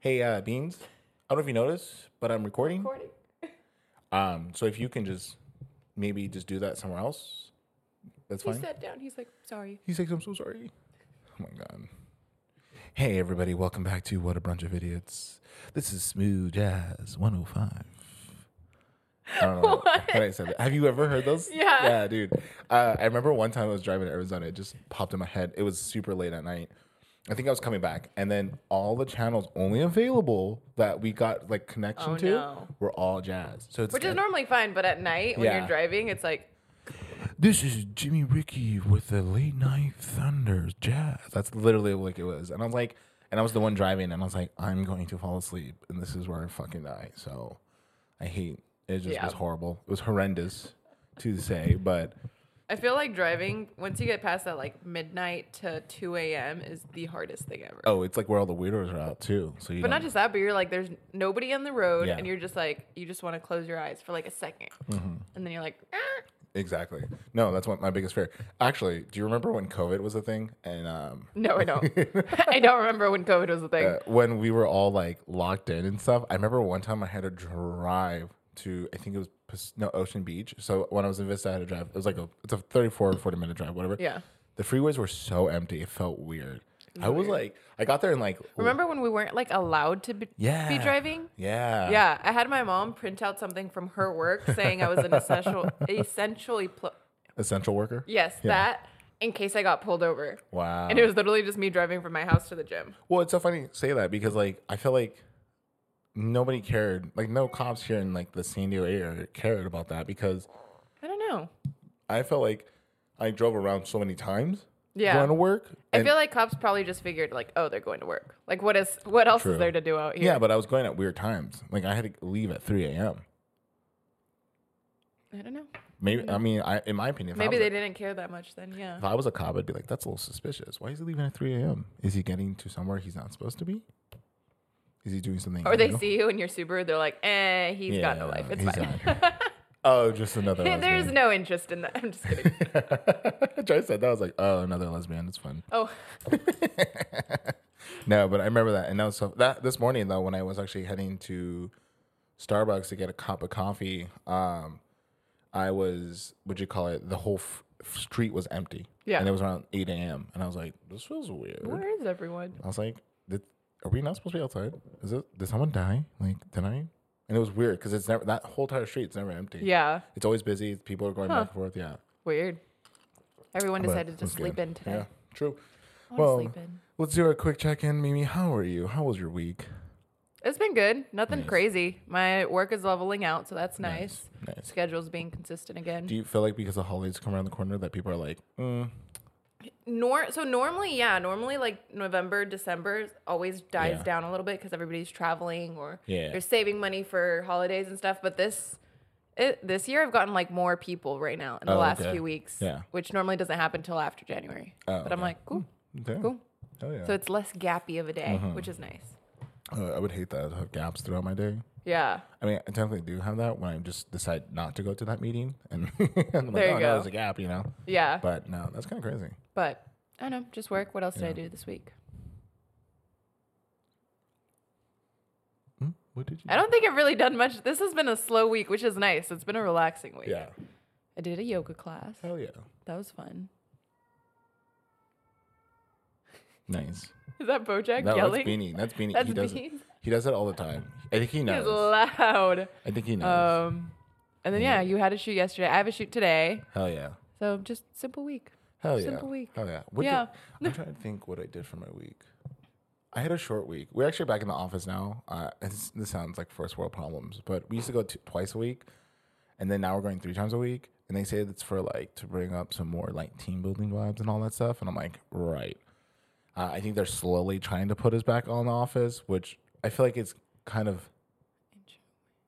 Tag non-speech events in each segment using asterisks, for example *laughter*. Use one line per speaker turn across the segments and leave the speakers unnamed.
Hey, uh, Beans, I don't know if you noticed, but I'm recording.
Recording.
Um, so if you can just maybe just do that somewhere else, that's
He
fine.
sat down. He's like, sorry.
He says, I'm so sorry. Oh my God. Hey, everybody, welcome back to What a Bunch of Idiots. This is Smooth Jazz 105. I don't
*laughs*
know what I said. that. Have you ever heard those?
Yeah.
Yeah, dude. Uh, I remember one time I was driving to Arizona. It just popped in my head. It was super late at night. I think I was coming back, and then all the channels only available that we got like connection
Oh,
to
no.
were all jazz. So it's
Which is normally fine, but at night when
Yeah.
you're driving, it's like,
this is Jimmy Ricky with the late night thunders jazz. That's literally like it was. And I was like, and I was the one driving, and I was like, I'm going to fall asleep, and this is where I fucking die. So I hate it. Just
Yeah.
was horrible. It was horrendous to say, but
I feel like driving, once you get past that like midnight to 2 a.m., is the hardest thing ever.
oh, it's like where all the weirdos are out too. So you
But not
don't-
just that, but you're like, there's nobody on the road,
Yeah. Mm-hmm.
and you're just like, you just want to close your eyes for like a 2nd And then you're like, "Ah."
exactly. No, that's what my biggest fear. Actually, do you remember when COVID was a thing and um,
no,
*laughs*
I don't. I don't remember when COVID was a thing. *laughs*
uh, when we were all like locked in and stuff. I remember one time I had to drive to I think it was Pas- no Ocean Beach. So when I was in Vista, I had to drive. It was like a it's a 34 or 40 minute drive, whatever.
Yeah.
The freeways were so empty. It felt weird. I was like, I got there and like
Remember when we weren't like allowed to be,
Yeah.
be driving?
Yeah.
Yeah, I had my mom print out something from her work saying I was
*laughs*
an essential, essentially, pl-
Essential worker.
yes,
Yeah. Uh.
that in case I got pulled over.
Wow.
And it was literally just me driving from my house to the gym.
Well, it's so funny you say that because like I feel like nobody cared. Like no cops here in like the San Diego area cared about that because
I don't know.
I felt like I drove around so many times
Yeah.
going to work.
I
and-
feel like cops probably just figured like, oh, they're going to work. Like, what is what else
True.
is there to do out
Yeah,
here?
but I was going at weird times. Like I had to leave at 3 a.m.
I don't know.
Maybe I mean, I in my opinion, if I
Mm-hmm. Maybe
was
they
a-
didn't care that much then. Yeah.
If I was a cop, I'd be like, "That's a little suspicious. Why is he leaving at 3 a.m.? Is he getting to somewhere he's not supposed to be? Is he doing something?"
Or they
illegal?"
see you in your Subaru, they're like, eh, he's got no life. It's
he's
*laughs* fine.
out here. oh, just another.
There's
lesbian.
no interest in that. *laughs* I'm just kidding.
Joy said that. *laughs* I was like, "Oh, another lesbian. It's fun." *laughs*
Oh,
No, but I remember that, and that was so, that this morning though when I was actually heading to Starbucks to get a cup of coffee, um, I was what you call it? The whole f- street was empty.
Yeah.
and it was around eight a.m. and I was like, this feels weird.
where is everyone?
I was like, did, are we not supposed to be outside? Is it? Did someone die? Like, did I? And it was weird because it's never that whole entire street's never empty.
Yeah.
it's always busy. People are going back and forth. Yeah,
Weird. Everyone
But
decided to
it's good.
sleep in today.
Yeah, true.
I wanna
Well,
sleep in.
let's do a quick check in. Mimi, how are you? How was your week?
It's been good. Nothing
Nice.
crazy. My work is leveling out, so that's nice.
Nice, nice.
Schedule's being consistent again.
Do you feel like because the holidays come around the corner that people are like, mm,
Nor so normally, yeah, normally like November, December always dies
Yeah.
down a little bit because everybody's traveling or
Yeah.
they're saving money for holidays and stuff. But this it, this year, I've gotten like more people right now in the
Oh,
last
okay.
few weeks,
Yeah.
which normally doesn't happen till after January.
Oh,
but I'm
okay.
like, cool,
damn.
cool.
Oh yeah.
So it's less gappy of a day,
Mm-hmm.
which is nice.
Uh, I would hate that. I have gaps throughout my day.
Yeah,
I mean, I definitely do have that when I just decide not to go to that meeting, and *laughs* I'm like, oh
There you
no,
go.
there's a gap, you know.
yeah.
But
But,
no, that's kind of crazy.
I don't know, just work. What else did I do this week?
Hmm? What did you?
I don't think I've really done much. This has been a slow week, which is nice. It's been a relaxing week.
Yeah. Oh,
I did a yoga class.
Hell yeah.
That was fun.
Nice.
Is that Bojack
No, that's
yelling?
Beanie. That's Beanie.
That's
he does it.
Beanie.
He does it all the time. I think he
He's
knows.
loud.
I think he knows.
Um, and then yeah, you had a shoot yesterday. I have a shoot today.
Hell yeah.
So just simple week.
Hell yeah.
simple week.
Hell yeah. What
Yeah.
Did, I'm trying to think what I did for my week. I had a short week. We're actually back in the office now. Uh, it's, this sounds like first world problems, but we used to go t- twice a week, and then now we're going three times a week. And they say that's for like to bring up some more like team building vibes and all that stuff. And I'm like, right. Uh, I think they're slowly trying to put us back on the office, which I feel like it's kind of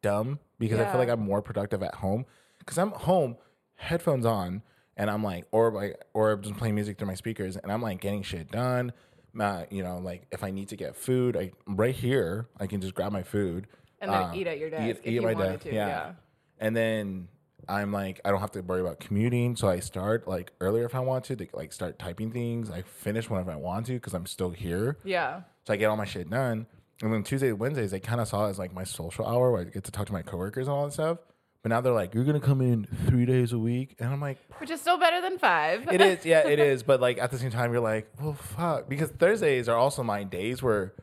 dumb because I
Yeah.
feel like I'm more productive at home because I'm home, headphones on, and I'm like, or like, or I'm just playing music through my speakers, and I'm like getting shit done. Uh, you know, like if I need to get food, I right here I can just grab my food
And then
uh,
eat at your desk if you
my
wanted
desk,
to, yeah.
and then I'm like, I don't have to worry about commuting, so I start like earlier if I want to, to like start typing things. I finish whenever I want to because I'm still here.
Yeah.
So I get all my shit done. And then Tuesday, Wednesdays, they kind of saw it as like my social hour where I get to talk to my coworkers and all that stuff. But now they're like, you're gonna come in three days a week, and I'm like,
which is still better than five.
it is, yeah, it is. But like at the same time, you're like, well, fuck, because Thursdays are also my days where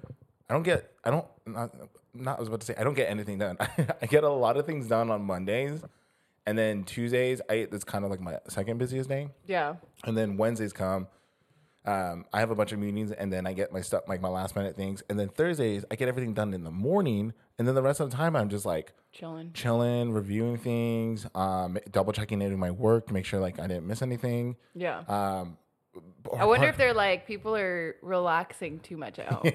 I don't get, I don't, not, not I was about to say, I don't get anything done. *laughs* I get a lot of things done on Mondays, and then Tuesdays, I that's kind of like my second busiest day,
*laughs* yeah.
and then Wednesdays come. Um, I have a bunch of meetings, and then I get my stuff, like my last minute things, and then Thursdays, I get everything done in the morning, and then the rest of the time, I'm just like
Chilling.
chilling, reviewing things, um, double checking into my work to make sure like I didn't miss anything.
Yeah.
Um,
I wonder if they're like people are relaxing too much
*laughs*
at home.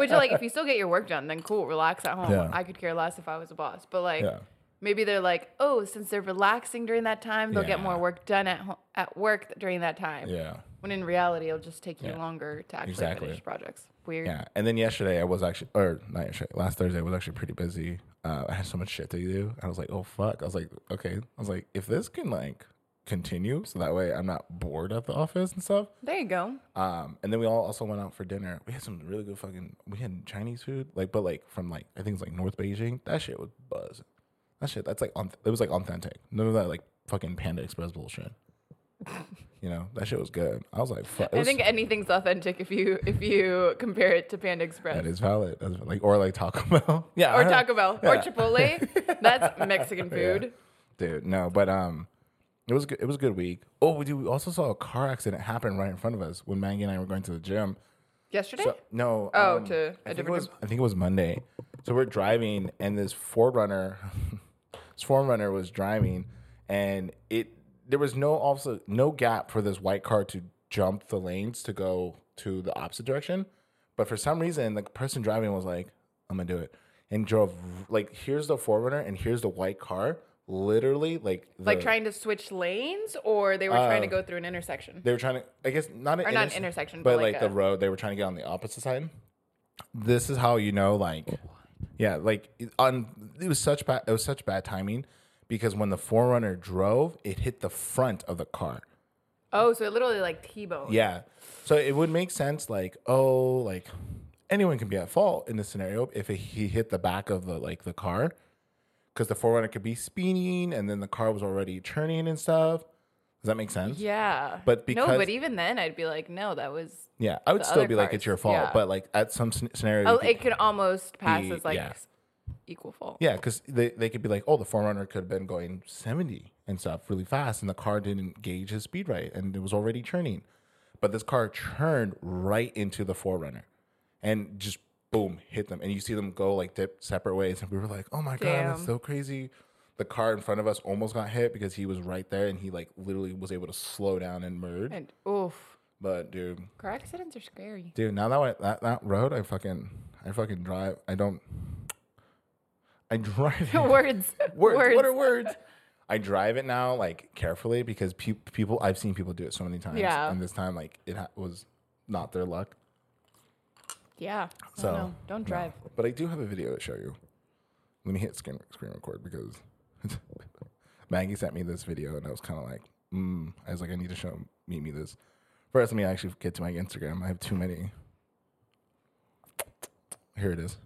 Which like if you still get your work done, then cool, relax at home.
Yeah.
I could care less if I was a boss. But like
Yeah.
maybe they're like, oh, since they're relaxing during that time, they'll get more
Yeah.
work done at home, at work during that
*laughs*
time.
Yeah.
When in reality, it'll just take you
Yeah.
longer to actually
Exactly.
finish projects. Weird.
Yeah. And then yesterday I was actually, or not yesterday, last Thursday I was actually pretty busy. Uh, I had so much shit to do. I was like, oh fuck. I was like, okay. I was like, if this can like continue, so that way I'm not bored at the office and stuff.
There you go.
Um, and then we all also went out for dinner. We had some really good fucking. We had Chinese food, like, but like from like I think it's like North Beijing. That shit was buzz. That shit. That's like on. It was like authentic. None of that like fucking Panda Express
*laughs*
bullshit. you know that shit was good. I was like, fuck. it
I
was-
think anything's authentic if you if you compare it to Panda Express.
that is valid. That's- like or like Taco *laughs* Bell. yeah.
or
I-
Taco Bell or
yeah.
Chipotle.
*laughs*
That's Mexican food.
Dude, no, but um, it was good, it was a good week. Oh, we do. We also saw a car accident happen right in front of us when Maggie and I were going to the gym.
Yesterday?
So, no. um,
Oh, to a
I think
different
it was. I think it was Monday. So we're driving, and this forerunner, *laughs* this forerunner was driving, and it there was no also no gap for this white car to jump the lanes to go to the opposite direction, but for some reason the person driving was like, "I'm gonna do it," and drove like here's the forerunner and here's the white car, literally like
like
the-
trying to switch lanes or they were trying
Ah.
to go through an intersection
they were trying to I guess not an
Or not an
interse-
intersection,
but,
but
like,
like
the
a-
road they were trying to get on the opposite side. This is how you know like yeah, like it- on it was such bad it was such bad timing because when the forerunner drove, it hit the front of the car.
oh so it literally like t-bone
Yeah. So it would make sense like, oh, like anyone can be at fault in this scenario if he hit the back of the like the car. Because the forerunner could be speeding and then the car was already turning and stuff. Does that make sense?
yeah
But
no
because-
but even then i'd be like no that was
Yeah, I would
the
still
other
be like, it's
cars.
your fault,
Yeah.
but like at some scen- scenario,
oh
you could-
it could almost pass
Be-
as like
yeah.
equal fault
yeah, because they, they could be like, oh, the forerunner could have been going seventy and stuff really fast, and the car didn't gauge his speed right, and it was already churning, but this car churned right into the forerunner, and just boom hit them, and you see them go like dip separate ways, and we were like, oh my god, that's
Damn.
so crazy. The car in front of us almost got hit because he was right there, and he like literally was able to slow down and merge.
and oof
But dude,
car accidents are
*laughs*
scary *laughs*
Dude, now that, I, that that road, I fucking, I fucking drive. I don't. I drive. it-
words
*laughs* words, What are words? I drive it now, like carefully, because pe- people. I've seen people do it so many times.
Yeah.
And this time, like it ha- was not their luck.
yeah
So,
so no, don't
no.
drive
But I do have a video to show you. Let me hit screen screen record because *laughs* Maggie sent me this video and I was kind of like, mm. I was like, I need to show Mimi this. First, let me actually get to my Instagram. I have too many. Here it is.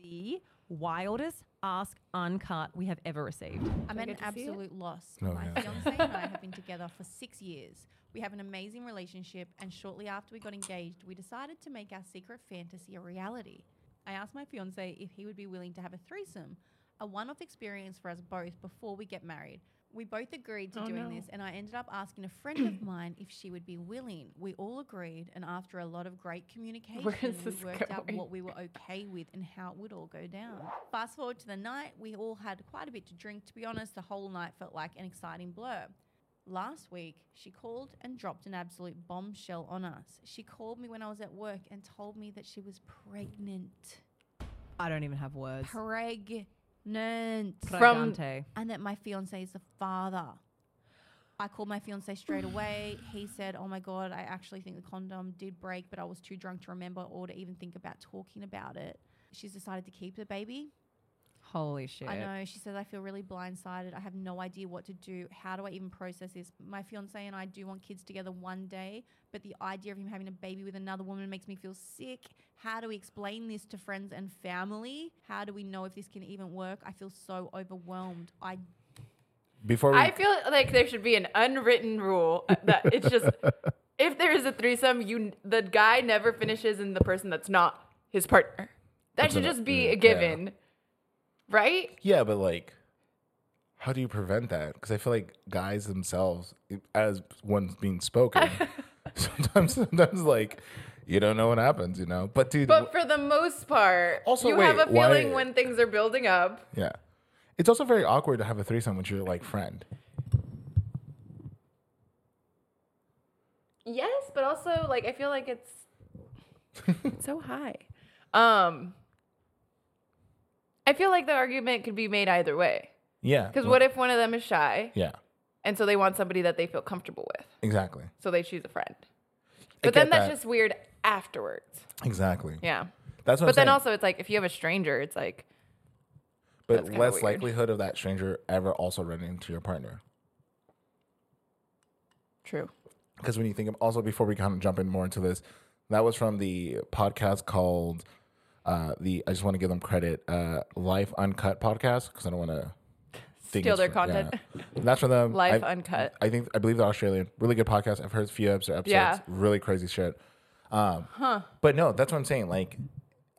the wildest ask uncut we have ever received.
I'm at an
get to see it?
absolute loss.
No,
My
yeah, it's
fiance and I have been together for six years. We have an amazing relationship, and shortly after we got engaged, we decided to make our secret fantasy a reality. I asked my fiance if he would be willing to have a threesome, a one off experience for us both before we get married. We both agreed
Oh,
to doing this, and I ended up asking a friend of mine if she would be willing. We all agreed, and after a lot of great
*laughs*
communication,
is
we
this
worked out
going?
what we were okay with and how it would all go down. Fast forward to the night, we all had quite a bit to drink. To be honest, the whole night felt like an exciting blur. Last week, she called and dropped an absolute bombshell on us. She called me when I was at work and told me that she was pregnant.
I don't even have words.
Pregnant.
From-
Pregante.
and that my fiance is the father. I called my fiance straight away. He said, Oh my God, I actually think the condom did break, but I was too drunk to remember or to even think about talking about it. She's decided to keep the baby.
Holy shit.
I know. She says, I feel really blindsided. I have no idea what to do. How do I even process this? My fiance and I do want kids together one day, but the idea of him having a baby with another woman makes me feel sick. How do we explain this to friends and family? How do we know if this can even work? I feel so overwhelmed. I
Before we
I feel like there should be an unwritten rule that
*laughs*
it's just if there is a threesome, you the guy never finishes in the person that's not his partner. That should just be
Yeah.
a given, right?
Yeah, but like, how do you prevent that? Because I feel like guys themselves, i- as one's being
*laughs*
spoken, *laughs* sometimes, sometimes like, you don't know what happens, you know. But dude,
But for the most part,
Also,
you have a
wait, why-
feeling when things are building up.
w- yeah, it's also very awkward to have a threesome with your like friend.
Yes, but also like I feel like it's
*laughs*
it's so high. Um I feel like the argument could be made either way.
Yeah,
Because what if one of them is shy
Yeah,
and so they want somebody that they feel comfortable with?
exactly,
So they choose a friend. But
get
then that's
that.
just weird afterwards.
exactly.
Yeah.
That's what.
but
I'm
then
saying.
also it's like if you have a stranger, it's like that's
but
kinda
less
weird.
likelihood of that stranger ever also running into your partner.
true.
because when you think of also before we kind of jump in more into this, that was from the podcast called uh, the I just want to give them credit, uh, Life Uncut podcast because I don't want to
Steal their content.
That's from them.
Life
I-
Uncut.
I think I believe they're Australian. Really good podcast. I've heard a few episodes.
Yeah.
Really crazy shit. Um, But no, that's what I'm saying. Like,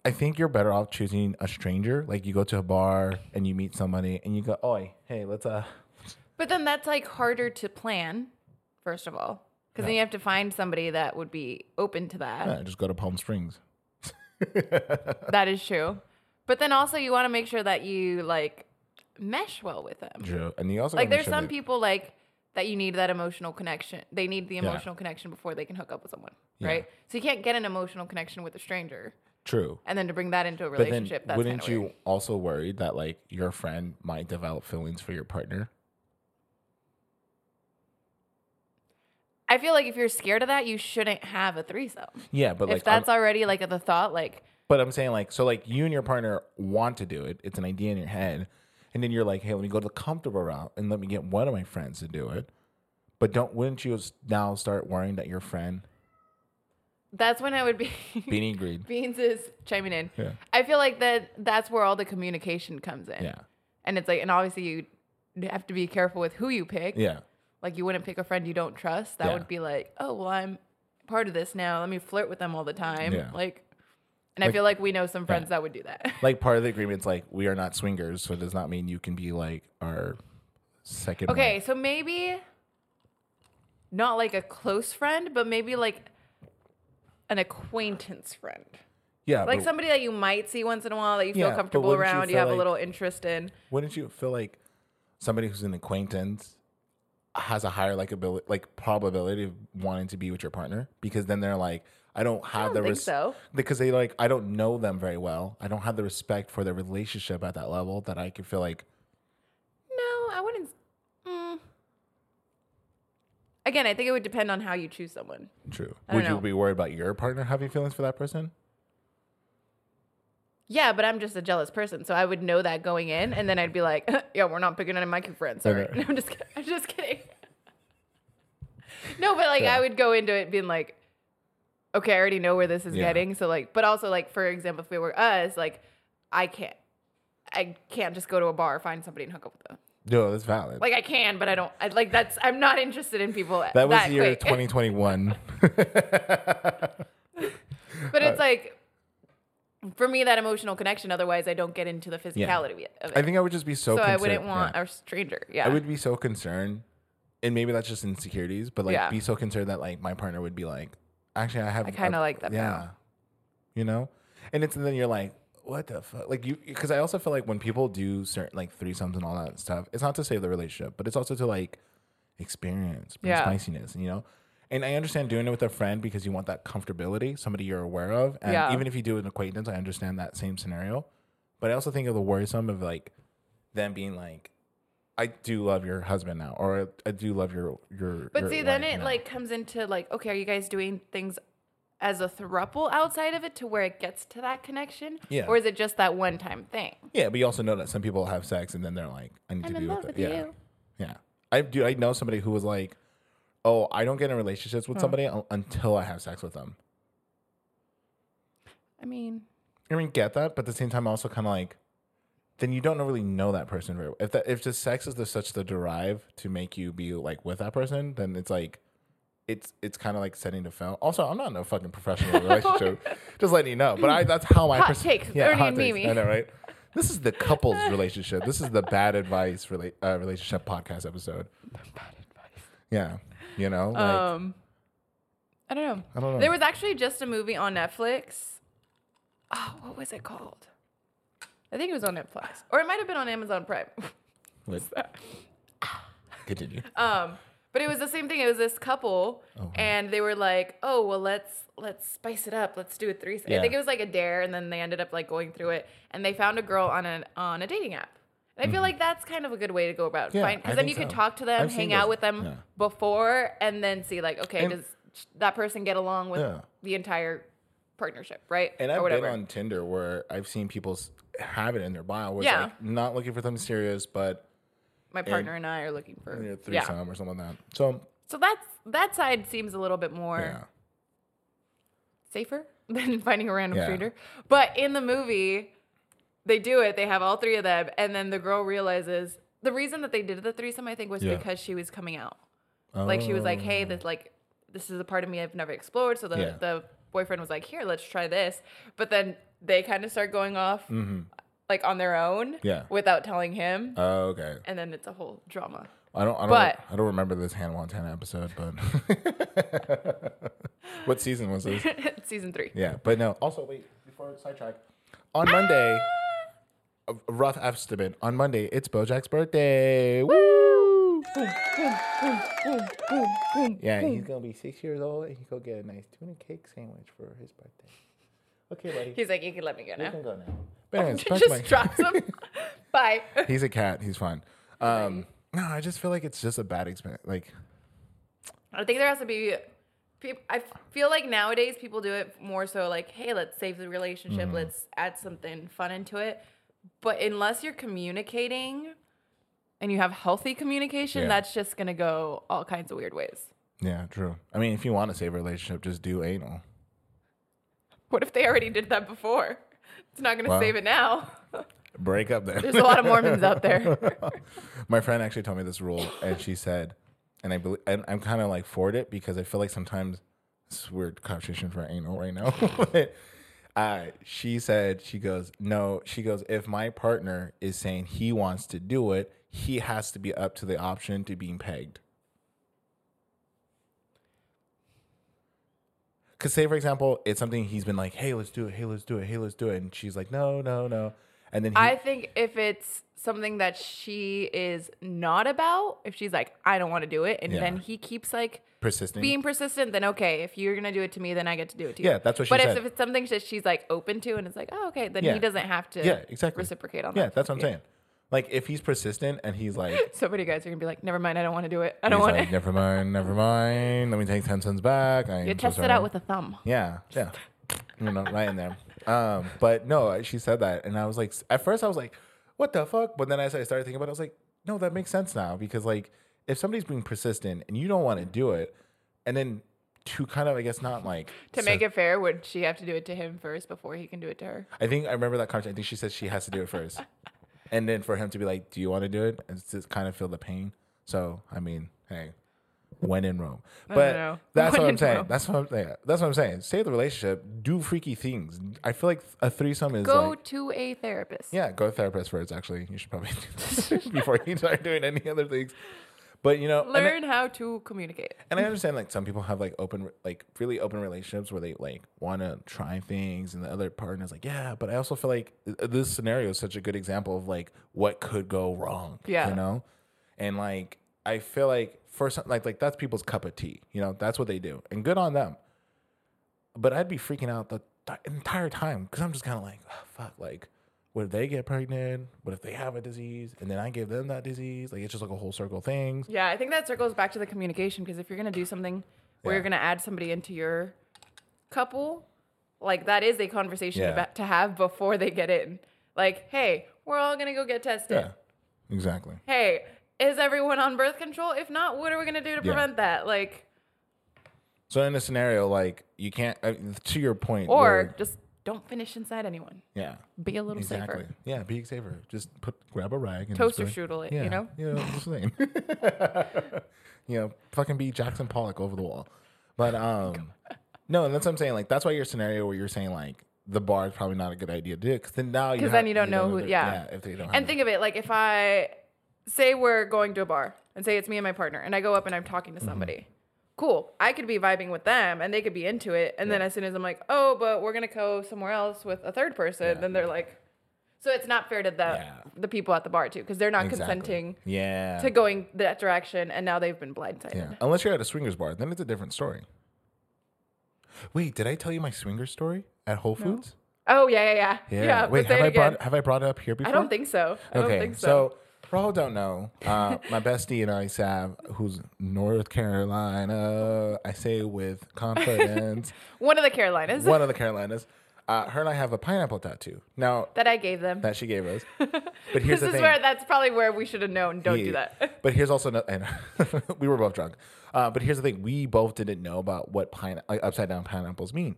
I think you're better off choosing a stranger. Like, you go to a bar and you meet somebody and you go, "Oi, hey, let's uh."
But then that's like harder to plan, first of all. Because then you have to find somebody that would be open to that.
yeah, just go to Palm Springs.
That is true. But then also you want to make sure that you like mesh well with them.
True. And you also gotta make
Like there's
sure
some
that-
people like that you need that emotional connection. They need the
Yeah.
emotional connection before they can hook up with someone, right? So you can't get an emotional connection with a stranger
True.
and then to bring that into a
But then,
relationship that's kind
wouldn't
of
you
weird.
also worried that like your friend might develop feelings for your partner?
I feel like if you're scared of that, you shouldn't have a threesome.
Yeah, but
if
like,
that's
I'm,
already like the thought, like
but I'm saying like, so like you and your partner want to do it. It's an idea in your head, and then you're like, hey, let me go to the comfortable route and let me get one of my friends to do it. But don't wouldn't you s- now start worrying that your
*laughs*
friend
that's when I would be
being agreed?
*laughs* Beans is chiming in.
Yeah.
I feel like that that's where all the communication comes in.
Yeah.
And it's like, and obviously you have to be careful with who you pick.
Yeah,
Like you wouldn't pick a friend you don't trust. That
Yeah.
would be like, oh well, I'm part of this now. Let me flirt with them all the time.
Yeah.
Like, and I feel like we know some friends that would do that. *laughs*
like part of the agreement's like we are not swingers, so it does not mean you can be like our second. wife.
okay, so maybe not like a close friend, but maybe like an acquaintance friend.
yeah,
Like
but
somebody that you might see once in a while that you feel
Oh. Yeah, but
comfortable
wouldn't you
around, you,
feel
have a
like-
little interest in.
wouldn't you feel like somebody who's an acquaintance has a higher like ability like probability of wanting to be with your partner because then they're like i don't have the
don't think
res-
so.
because they like i don't know them very well i don't have the respect for their relationship at that level that i can feel like
No, I wouldn't. Mm. Again, I think it would depend on how you choose someone.
true
I
would
don't
you
know.
be worried about your partner having feelings for that person
Yeah, but I'm just a jealous person, so I would know that going in, and then I'd be like, *laughs* "Yeah, we're not picking any of my cute friends." Sorry,
Okay.
*laughs* no, I'm just, kid- I'm just kidding. *laughs* no, but like I would go into it being like, "Okay, I already know where this is
Yeah.
getting," so like, but also like for example, if it were us, like I can't, I can't just go to a bar, find somebody, and hook up with them.
no that's valid
Like I can, but I don't. I, like that's I'm not interested in people.
that was
that
the year
quick. *laughs*
2021
But it's like for me that emotional connection. Otherwise, I don't get into the physicality of it.
*laughs* i think i would just be so
so I
concerned-
wouldn't
yeah.
want a stranger. Yeah,
I would be so concerned, and maybe that's just insecurities, but like
Yeah.
be so concerned that like my partner would be like, actually, I have. I
kinda like that
Yeah,
now.
you know, and it's and then you're like, what the fuck? Like you, because I also feel like when people do certain like threesomes and all that stuff, it's not to save the relationship, but it's also to like experience, bring
Yeah.
spiciness, you know. And I understand doing it with a friend because you want that comfortability, somebody you're aware of, and
Yeah.
even if you do an acquaintance, I understand that same scenario. But I also think of the worrisome of like them being like, I do love your husband now, or I, I do love your your.
But
your
see, then
wife
it
now.
like comes into like, okay, are you guys doing things as a thruple outside of it to where it gets to that connection?
Yeah.
Or is it just that one time thing?
Yeah, but you also know that some people have sex and then they're like, I need
I'm
to
in
be
love
with,
with
it. Yeah.
you.
Yeah. I do. I know somebody who was like, oh, I don't get in relationships
Hmm.
with somebody un- until I have sex with them.
I mean,
I mean, get that, but at the same time, also kind of like, then you don't really know that person very well. If that if just sex is the, such the derive to make you be like with that person, then it's like, it's it's kind of like setting the film. Also, I'm not in a fucking
*laughs*
professional relationship. just letting you know, but I that's how my
Hot takes, Ernie and Mimi.
I know, right? This is the
*laughs*
couples relationship. This is the bad advice rela- uh, relationship podcast episode. Yeah, you know, like,
um, I don't know.
I don't know.
There was actually just a movie on Netflix. Oh, what was it called? I think it was on Netflix, or it might have been on Amazon Prime. *laughs*
Wait, continue.
um, but it was the same thing. It was this couple,
Oh,
and they were like, "Oh, well, let's let's spice it up. Let's do a threesome." I
Yeah.
think it was like a dare, and then they ended up like going through it, and they found a girl on a on a dating app. And I feel like that's kind of a good way to go about
Mm-hmm. Yeah,
it,
I
because then you
think
could
so.
talk to them,
I've seen
hang out
those.
with them
Yeah.
before, and then see like, okay,
And-
does that person get along with
Yeah.
the entire partnership, right?
And I've been on Tinder where I've seen people s- have it in their bio. Where
Yeah.
it's like not looking for something serious, but
My partner and, I are looking for
you know,
yeah.
threesome or something like that. So
So that's that side seems a little bit more.
yeah,
safer *laughs* than finding a random
Yeah.
stranger. But in the movie, they do it. They have all three of them, and then the girl realizes the reason that they did the threesome. I think was
Yeah. Oh.
because she was coming out. Like she was like, "Hey, this like this is a part of me I've never explored." So the
Yeah.
the boyfriend was like, "Here, let's try this." But then they kind of start going off like on their own,
Mm-hmm. Yeah.
without telling him,
Oh, okay.
and then it's a whole drama. *laughs*
I don't. I don't.
But-
I don't remember this Hannah Montana episode, but *laughs* what season was this?
Season three.
Yeah, but no. Also, wait. Before I sidetrack, on Monday, a a rough estimate. On Monday, it's Bojack's birthday. Woo! Yeah, he's gonna be six years old, and he go get a nice tuna cake sandwich for his birthday. Okay, buddy.
He's like, "You can let me go
you
now." *laughs*
can go now. *laughs* But anyways, back to my-
Just drops him.
*laughs*
Bye.
He's a cat. He's fine. Um, no, I just feel like it's just a bad experience. Like,
I think there has to be. peop- I feel like nowadays people do it more so like, hey, let's save the relationship,
Mm-hmm.
let's add something fun into it. But unless you're communicating and you have healthy communication,
Yeah.
that's just gonna go all kinds of weird ways.
yeah, true. I mean, if you want to save a relationship, just do anal.
What if they already did that before? It's not gonna
Wow.
save it now.
Break up then.
There's a lot of Mormons
*laughs*
out there.
My friend actually told me this rule, and she said, and I believe and I'm kind of like for it because I feel like sometimes this is weird conversation for anal right now. *laughs* but uh, she said she goes no. She goes if my partner is saying he wants to do it, he has to be up to the option to being pegged. Cause say for example, it's something he's been like, "Hey, let's do it. Hey, let's do it. Hey, let's do it," and she's like, "No, no, no," and then he,
I think if it's something that she is not about, if she's like, I don't wanna do it, and
Yeah.
then he keeps like
persisting.
being persistent, then okay. If you're gonna do it to me, then I get to do it to you.
Yeah, that's what she
but
said.
if it's something that she's like open to, and it's like, oh, okay, then
Yeah.
he doesn't have to.
yeah, exactly.
Reciprocate on
yeah,
that.
that's what I'm saying. Like if he's persistent and he's like,
So many guys are gonna be like, never mind, I don't want to do it. *laughs* I
he's
don't want *laughs*
like
to.
never mind, never mind. Let me take ten cents back. I
You
am so
test it
sorry."
out with a thumb.
yeah, yeah, you know, right in there. Um, but no, she said that, and I was like, at first I was like, what the fuck? But then as I started thinking about it, I was like, no, that makes sense now because like if somebody's being persistent and you don't want to do it, and then to kind of I guess not like
To
so-
make it fair, would she have to do it to him first before he can do it to her?
I think I remember that conversation. I think she said she has to do it
*laughs*
first, and then for him to be like, "Do you want to do it?" and just kind of feel the pain. So I mean, hey, when in Rome. But
*laughs* know.
that's
When
what
in
I'm saying.
Rome.
That's what I'm saying. That's what I'm saying. Save the relationship. Do freaky things. I feel like a threesome is
Go
like.
to a therapist.
Yeah, go to therapist first. Actually, you should probably *laughs* do this before you start doing any other things. But you know, and I-
Learn how to communicate.
and I understand like some people have like open like really open relationships where they like want to try things and the other partner's like yeah but I also feel like th- this scenario is such a good example of like what could go wrong
Yeah.
you know and like I feel like for some like like that's people's cup of tea you know that's what they do and good on them but I'd be freaking out the t- entire time because I'm just kind of like oh, fuck like what if they get pregnant what if they have a disease and then I give them that disease like it's just like a whole circle of things
Yeah, I think that circles back to the communication because if you're gonna do something where
Yeah.
you're gonna add somebody into your couple, like that is a conversation
Yeah.
about, to have before they get in. Like, hey, we're all gonna go get tested.
Yeah, exactly.
Hey, is everyone on birth control? If not, what are we gonna do to
Yeah.
prevent that? Like,
So in a scenario like you can't, I mean, to your point,
or
where-
just don't finish inside anyone.
yeah,
Be a little
exactly.
safer.
Yeah, be safer. Just put grab a rag and
Toaster
just
strudel it,
yeah,
you know?
you know, just saying. *laughs* you know, fucking be Jackson Pollock over the wall. But um, no, and that's what I'm saying. Like that's why your scenario where you're saying like the bar is probably not a good idea to do because then now you
'Cause
have-
then you don't know who-
their-
yeah.
if they don't have
And think of it like if I say we're going to a bar and say it's me and my partner, and I go up and I'm talking
Mm-hmm.
to somebody. Cool. I could be vibing with them and they could be into it. And then as soon as I'm like, oh, but we're going to go somewhere else with a third person, then they're like, so it's not fair to the,
Yeah.
the people at the bar too, because they're not
Exactly.
consenting
yeah
to going that direction. And now they've been blindsided.
Yeah, unless you're at a swingers bar, then it's a different story. Wait, did I tell you my swingers story at Whole Foods?
Oh, yeah, yeah, yeah. but
Wait,
say
have
it
I
again.
brought have I brought it up here before?
I don't think so. I
okay,
don't think so.
for all who don't know, uh, *laughs* my bestie and I, Sav, who's North Carolina, I say
*laughs*
with confidence,
One of the Carolinas
one of the Carolinas. Uh, her and I have a pineapple tattoo now
that I gave them.
that she gave
*laughs*
us. But here's
this
the
is
thing.
where that's probably where we should have known. Don't do
Yeah.
that. *laughs*
but here's also, no, and *laughs* we were both drunk. Uh, but here's the thing: we both didn't know about what pine like, upside down pineapples mean.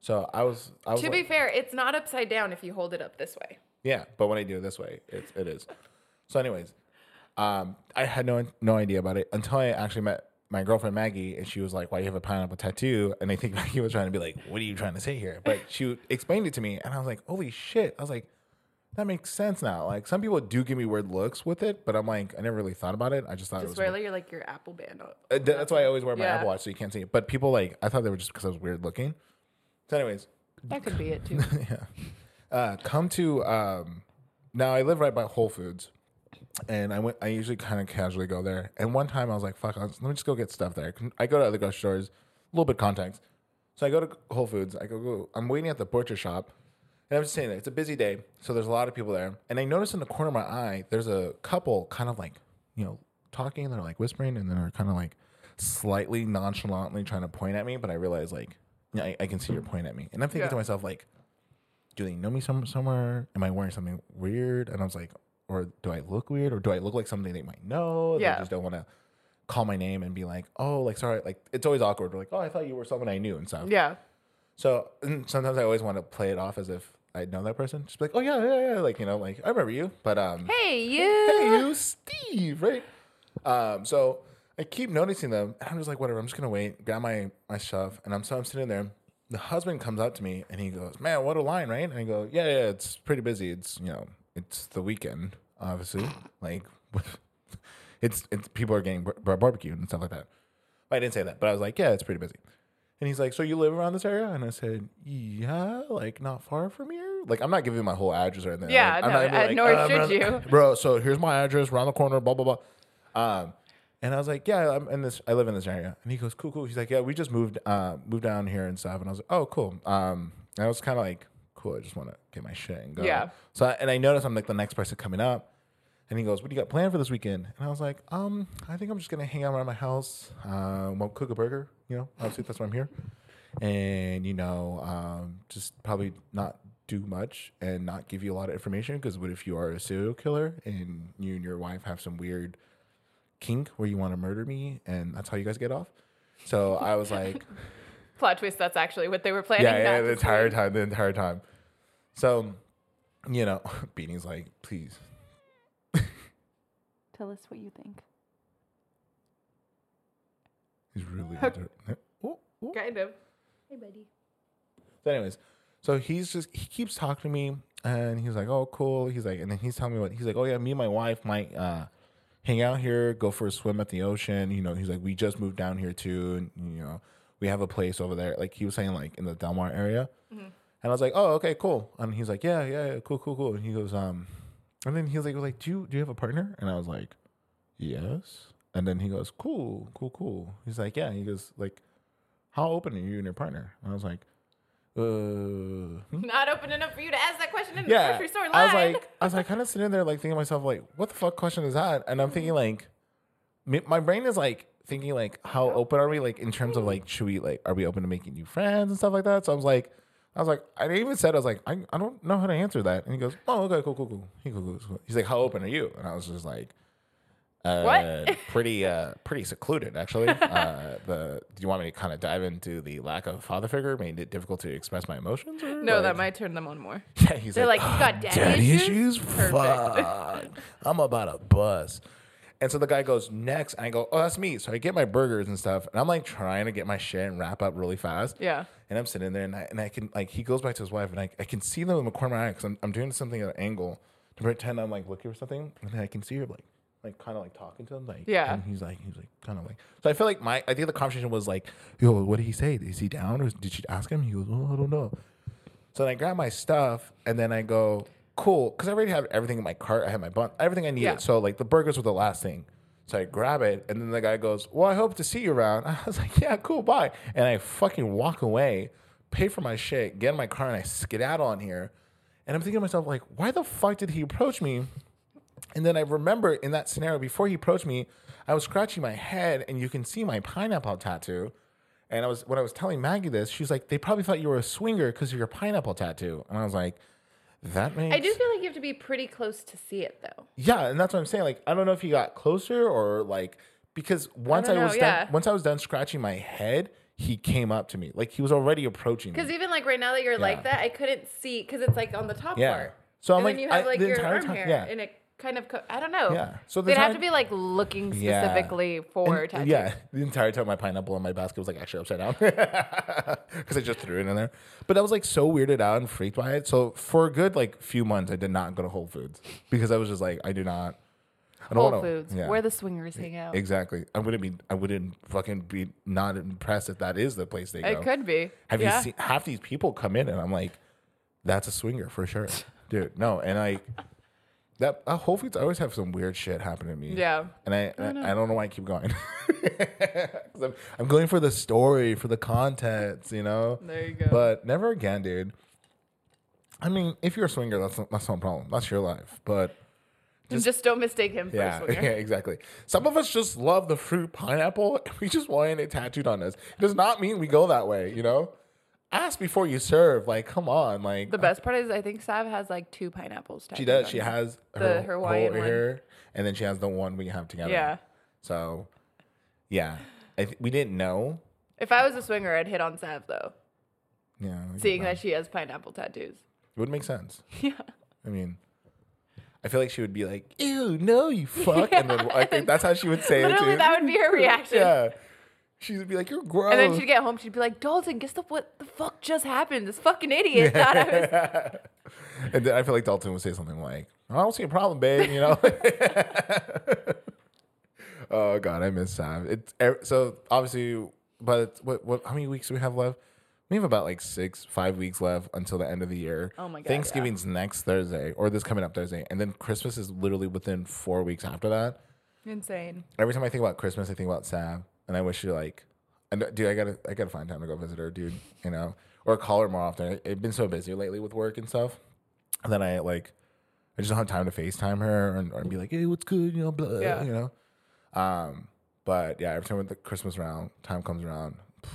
So I was, I was
To be
like-
fair, it's not upside down if you hold it up this way.
yeah. But when I do it this way, it's it is. So, anyways, um, I had no no idea about it until I actually met my girlfriend Maggie, and she was like, "Why do you have a pineapple tattoo?" And I think *laughs* Maggie was trying to be like, "What are you trying to say here?" But she explained it to me, and I was like, "Holy shit!" I was like. That makes sense now. Like some people do give me weird looks with it, but I'm like, I never really thought about it. I just thought it
Just
was
wear
weird.
like your like your Apple band. on-
Uh, th- That's why I always wear my
Yeah.
Apple Watch so you can't see it. But people like I thought they were just because I was weird looking. So, anyways,
That could be it
*laughs*
too.
uh, come to um, now I live right by Whole Foods, and I went. I usually kind of casually go there. And one time I was like, "Fuck, I'll just- let me just go get stuff there." I go to other grocery stores, a little bit context. So I go to Whole Foods. I go, go. I'm waiting at the butcher shop, and I'm just saying that it's a busy day, so there's a lot of people there. And I notice in the corner of my eye, there's a couple kind of like, you know, talking. They're like whispering, and then they're kind of like slightly nonchalantly trying to point at me. But I realize like, yeah, I, I can see you're pointing at me, and I'm thinking
Yeah.
to myself like, do they know me some, somewhere? Am I wearing something weird? And I was like, or do I look weird? Or do I look like somebody they might know? They
Yeah.
just don't want to call my name and be like, oh, like, sorry. Like, it's always awkward. We're like, oh, I thought you were someone I knew and stuff.
yeah.
So and sometimes I always want to play it off as if I know that person. Just be like, oh, yeah, yeah, yeah. Like, you know, like, I remember you. But, um,
Hey you.
hey, you, Steve, right? Um, so I keep noticing them, and I'm just like, whatever. I'm just gonna wait, grab my my stuff, and I'm so I'm sitting there. The husband comes up to me, and he goes, "Man, what a line, right?" And I go, "Yeah, yeah, it's pretty busy. It's you know, it's the weekend, obviously. Like, *laughs* it's it's people are getting bar- bar- barbecued and stuff like that." I didn't say that, but I was like, "Yeah, it's pretty busy." And he's like, "So you live around this area?" And I said, "Yeah, like not far from here." Like, I'm not giving my whole address or anything.
Yeah,
Like,
no,
I'm not gonna
uh,
be
nor
"I'm
should
around- *laughs*
you."
bro. So here's my address, around the corner, blah blah blah. Um, and I was like, yeah, I'm in this. I live in this area. And he goes, cool, cool. He's like, yeah, we just moved, uh, moved down here and stuff. And I was like, oh, cool. Um, and I was kind of like, cool. I just want to get my shit and go.
Yeah.
So I, and I noticed I'm like the next person coming up, and he goes, what do you got planned for this weekend? And I was like, um, I think I'm just gonna hang out around my house. Uh, won't cook a burger. You know, obviously that's why I'm here. And you know, um, just probably not do much and not give you a lot of information because what if you are a serial killer and you and your wife have some weird kink where you want to murder me and that's how you guys get off. So I was like,
Plot twist. That's actually what they were planning.
yeah, yeah,
not
the
just
entire
like-
time, the entire time. So, you know, *laughs* Beanie's like, please.
Tell us what you think.
He's really. into it. Oh, oh.
Kind of.
So, anyways, so he's just he keeps talking to me, and he's like, "Oh, cool." He's like, and then he's telling me what he's like. Oh yeah, me and my wife might uh, hang out here, go for a swim at the ocean. You know, he's like, we just moved down here too, and you know, we have a place over there. Like he was saying, like in the Del Mar area. And I was like, "Oh, okay, cool." And he's like, "Yeah, yeah, yeah, cool, cool, cool." And he goes, "Um," and then he was like, was "Like, do you do you have a partner?" And I was like, "Yes." And then he goes, "Cool, cool, cool." He's like, "Yeah." He goes, "Like, how open are you and your partner?" And I was like, "Uh." hmm?"
Not open enough for you to ask that question in the
Yeah.
grocery store line.
I was like, I was like, kind of
Mm-hmm.
sitting there, like thinking to myself, like, "What the fuck question is that?" And I'm thinking, like, me- my brain is like thinking like, how open are we? Like in terms of like, should we like, are we open to making new friends and stuff like that? So I was like, I was like, I even said I was like, I, I don't know how to answer that. And he goes, Oh, okay, cool, cool, cool. He goes, cool, cool. He's like, How open are you? And I was just like, uh,
What?
pretty uh, pretty secluded
*laughs*
actually. Uh, the do you want me to kind of dive into the lack of father figure made it difficult to express my emotions? or,
No, that
like-
might turn them on more.
*laughs* Yeah, he's
They're
like,
like, "You got
"Ah,
daddy
issues?
issues?
Fuck. I'm about a bus. And so the guy goes, next. And I go, oh, that's me. So I get my burgers and stuff. And I'm like trying to get my shit and wrap up really fast.
Yeah.
And I'm sitting there and I, and I can, like, he goes back to his wife and I, I can see them in the corner of my eye because I'm, I'm doing something at an angle to pretend I'm like looking for something. And then I can see her like, like kind of like talking to him. Like,
Yeah.
And he's like, he's like, kind of like. So I feel like my, I think the conversation was like, yo, what did he say? Is he down or did she ask him? He goes, oh, I don't know. So then I grab my stuff and then I go, cool, because I already have everything in my cart. I have my bun, everything I needed.
Yeah.
So like the burgers were the last thing. So I grab it and then the guy goes, well, I hope to see you around. *laughs* I was like, yeah, cool, bye. And I fucking walk away, pay for my shit, get in my car, and I skedaddle on here. And I'm thinking to myself, like, why the fuck did he approach me? And then I remember in that scenario, before he approached me, I was scratching my head and you can see my pineapple tattoo. And I was when I was telling Maggie this, she's like, they probably thought you were a swinger because of your pineapple tattoo. And I was like, that makes
I do feel like you have to be pretty close to see it though.
yeah, and that's what I'm saying. Like, I don't know if he got closer or like because once I,
don't know,
was
yeah.
done once I was done scratching my head, he came up to me. Like he was already approaching me.
Because even like right now that you're
Yeah.
like that, I couldn't see because it's like on the top
Yeah.
part.
So I'm
and
like,
then you have
I-
like
the
your
entire
arm
time-
hair
yeah.
and it kind of co- I don't know.
Yeah. So the
they'd have
entire-
to be like looking
Yeah.
specifically for
And-
tattoos.
Yeah, the entire time my pineapple in my basket was like actually upside down *laughs* because I just threw it in there. But I was like so weirded out and freaked by it. So for a good like few months, I did not go to Whole Foods because I was just like, I do not. I don't
Whole
wanna-
Foods,
yeah.
where the swingers hang out.
exactly. I wouldn't be. I wouldn't fucking be not impressed if that is the place they go.
It could be.
Have
yeah.
you seen half these people come in and I'm like, that's a swinger for
*laughs*
sure, dude. No, and I that uh, Whole Foods I always have some weird shit happen to me.
Yeah.
and I I, I don't know why I keep going. *laughs* 'Cause I'm, I'm going for the story, for the contents, you know.
There you go.
But never again, dude. I mean, if you're a swinger, that's not- that's no problem. That's your life, but.
*laughs* Just, don't mistake him for
Yeah,
a
*laughs* yeah,
swinger.
exactly. Some of us just love the fruit pineapple *laughs* and we just want it tattooed on us. It does not mean we go that way, you know? Ask before you serve. Like, come on. Like,
The best part is I think Sav has like two pineapples.
she
tattooed
does.
on
She
him.
has
The
her
Hawaiian
whole
one.
hair, and then she has the one we have together.
Yeah.
So, yeah. I th- we didn't know.
If I was a swinger, I'd hit on Sav though,
Yeah. we
seeing
didn't know.
that she has pineapple tattoos.
It would make
*laughs*
sense. Yeah. I mean, I feel like she would be like, ew, no,
*laughs*
you fuck. And then like, that's how she would say it.
Literally,
too.
that would be her reaction.
Yeah. Oh. She would be like, you're gross.
And then she'd get home, she'd be like, Dalton, guess the, what the fuck just happened? This fucking idiot *laughs* thought
*laughs*
I was
And then I feel like Dalton would say something like, I don't see a problem, babe, you know? *laughs* oh, God, I miss Sam. It's, er- so obviously, but what, what, how many weeks do we have left? We have about like six, five weeks left until the end of the year.
Oh my God,
Thanksgiving's next Thursday or this coming up Thursday. And then Christmas is literally within four weeks after that.
insane.
Every time I think about Christmas, I think about Sam. And I wish you like, and uh, dude, I gotta, I gotta find time to go visit her, dude, you know, or call her more often. I, I've been so busy lately with work and stuff and then I like, I just don't have time to FaceTime her and, or be like, hey, what's good? You know, blah,
Yeah.
you know. Um, but yeah, every time with the Christmas round, time comes around, *sighs*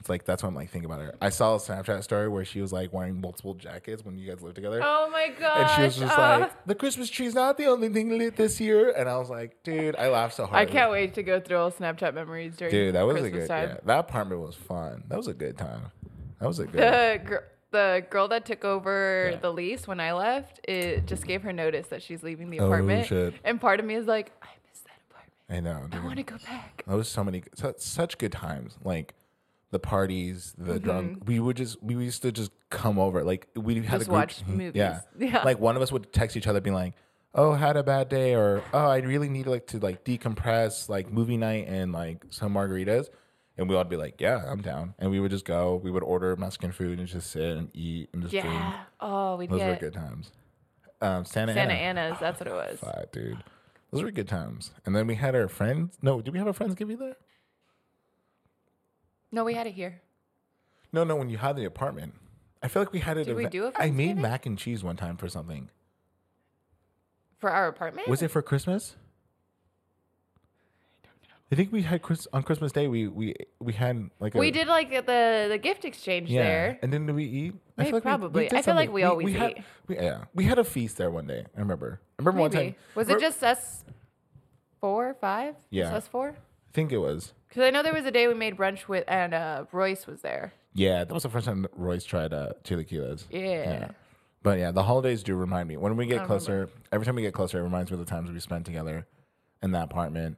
it's like that's what I'm like thinking about her. I saw a Snapchat story where she was like wearing multiple jackets when you guys lived together.
Oh my Ah. god.
And she was just like, the Christmas tree's not the only thing lit this year. And I was like, dude, I laughed so
I
hard.
can't wait to go through all Snapchat memories during
Dude, that was
Christmas
a good
time.
yeah, that apartment was fun. That was a good time. That was a good
*laughs* The gr- the girl that took over
Yeah.
the lease when I left, it just gave her notice that she's leaving the
Oh,
apartment.
shit.
And part of me is like, I miss that apartment.
I know. dude.
I want to go back.
That was so many su- such good times. Like the parties, the
Mm-hmm.
drunk. We would just we used to just come over. Like we had a
Just
group,
watch movies.
Yeah.
*laughs* Yeah.
Like one of us would text each other, being like, "Oh, had a bad day," or "Oh, I really need like to like decompress, like movie night and like some margaritas." And we all would be like, "Yeah, I'm down." And we would just go. We would order Mexican food and just sit and eat and just drink.
Yeah. Oh, we'd
Those were
get
good times. Um, Santa,
Santa
Ana.
Ana's. That's what it was.
Fuck, dude. Those were good times. And then we had our friends. No, did we have our friends give you there?
No, we had it here.
No, no, when you had the apartment. I feel like we had it.
Did we
event-
do a
I made
Thanksgiving?
mac and cheese one time for something.
For our apartment?
Was it for Christmas? I think we had Chris on Christmas Day. We we we had like a,
We did like the the gift exchange
yeah.
there.
And then did we eat? like we-
Maybe-
we
probably.
did
I feel like
something.
we always
had,
eat.
We, yeah, we had a feast there one day. I remember. I remember one
Maybe.
time.
Was
Remember-
it just us four, five? Just
Yeah.
us four?
I think it was.
Because I know there was a day we made brunch with, and uh, Royce was there.
Yeah, that was the first time that Royce tried uh, chilaquiles.
Yeah.
But yeah, the holidays do remind me. When we get closer, every time we get closer, it reminds me of the times we spent together in that apartment.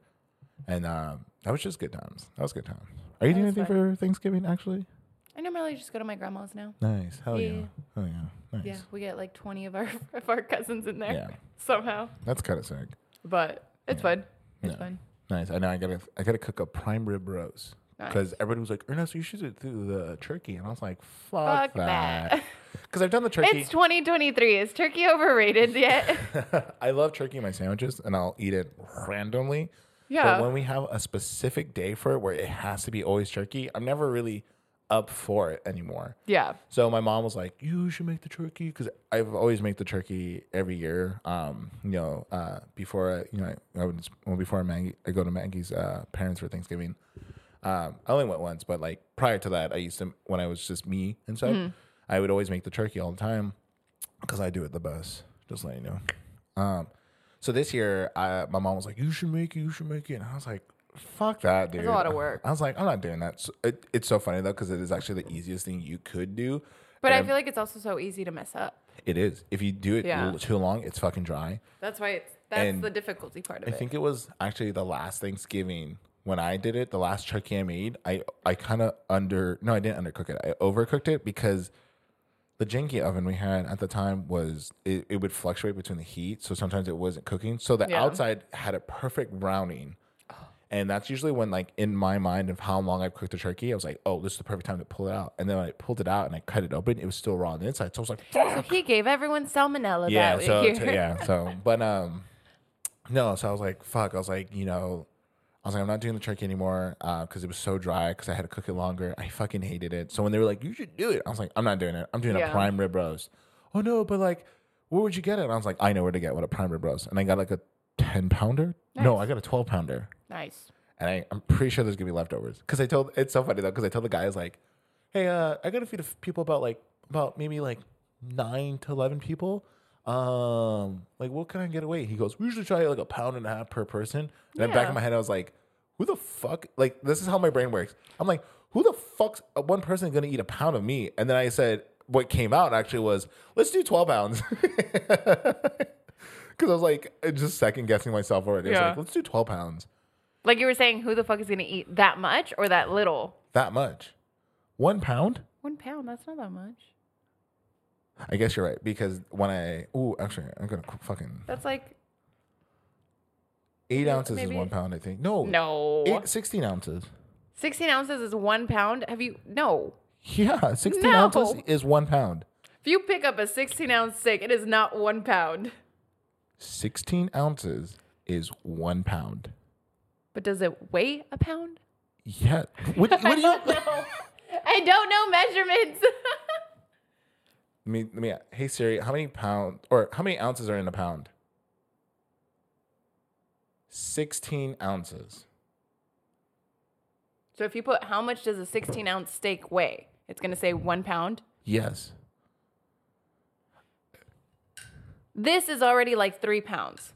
And uh, that was just good times. That was good times. Are you doing
was
anything for Thanksgiving, actually?
I normally just go to my grandma's now.
Nice. Hell yeah.
Yeah.
Hell yeah. Nice.
Yeah, we get like 20 of our *laughs* of our cousins in there
Yeah.
somehow.
That's kind of sick.
But it's fun. It's
Yeah.
fun.
Nice. I know I gotta I gotta cook a prime rib roast because everybody was like, Ernesto, you should do the turkey, and I was like, fuck,
Fuck
that,
that.
because I've done the turkey.
*laughs* It's 2023. Is
*laughs*
turkey overrated yet? *laughs*
I love turkey in my sandwiches, and I'll eat it randomly. But
Yeah.
when we have a specific day for it where it has to be always turkey, I'm never really up for it anymore.
yeah.
So my mom was like, "You should make the turkey," because I've always make the turkey every year. Um, you know, uh, before I, you know, I, I would well before Maggie, I go to Maggie's uh, parents for Thanksgiving. Um, I only went once, but like prior to that, I used to when I was just me and stuff.
Mm-hmm.
I would always make the turkey all the time because I do it the best. Just letting you know. Um, so this year, I, my mom was like, "You should make it. You should make it," and I was like. Fuck that, dude.
a lot of work.
*laughs* I was like, I'm not doing that. So it, it's so funny though, because it is actually the easiest thing you could do.
But
And
I
I'm-
feel like it's also so easy to mess up.
it is. If you do it
Yeah.
l- too long, it's fucking dry.
That's why it's that's
And
the difficulty part of
I
it.
think it was actually the last Thanksgiving when I did it, the last turkey I made, I I kind of under no, I didn't undercook it. I overcooked it because the janky oven we had at the time was it, it would fluctuate between the heat, so sometimes it wasn't cooking. So the
Yeah. Oh.
outside had a perfect browning. And that's usually when, like, in my mind of how long I've cooked the turkey, I was like, "Oh, this is the perfect time to pull it out." And then when I pulled it out and I cut it open, it was still raw on the inside. So I was like, "Fuck!"
so he gave everyone salmonella
yeah,
that
so
year.
so- yeah, so but um, no, so I was like, fuck, I was like, you know, I was like, I'm not doing the turkey anymore because it was so dry because I had to cook it longer. I fucking hated it. So when they were like, you should do it, I was like, I'm not doing it. I'm doing a
Yeah.
prime rib roast. Oh no, but like, where would you get it? And I was like, I know where to get what a prime rib roast, and I got like a ten pounder. No, I got a twelve pounder.
*laughs* Nice.
And I, I'm pretty sure there's gonna be leftovers. Cause I told it's so funny though, because I told the guys like, hey, uh, I gotta feed a f- people about like about maybe like nine to eleven people. Um, like what can I get away? He goes, we usually try like a pound and a half per person. And then back
Yeah.
in my head, I was like, who the fuck? Like this is how my brain works. I'm like, who the fuck's uh, one person gonna eat a pound of meat? And then I said, what came out actually was, let's do twelve pounds. *laughs* Cause I was like just second guessing myself already. I was
Yeah.
like, let's do twelve pounds.
Like you were saying, who the fuck is gonna eat that much or that little?
that much. One pound?
One pound. That's not that much.
I guess you're right because when I ooh, actually, I'm gonna qu- fucking
That's like
eight
Yeah,
ounces is
maybe-
one pound. I think no,
no.
eight, sixteen ounces. *laughs*
16 ounces is one pound. Have you no?
Yeah, sixteen
No.
ounces is one pound.
If you pick up a 16 ounce steak, it is not one pound.
Sixteen ounces is one pound.
But does it weigh a pound? *laughs*
Yeah, what, what do you? let
I don't know measurements. *laughs*
me, let me. Hey Siri, how many pound or how many ounces are in a pound? Sixteen ounces.
so if you put how much does a 16 ounce steak weigh? It's gonna say one pound.
Yes.
This is already like three pounds.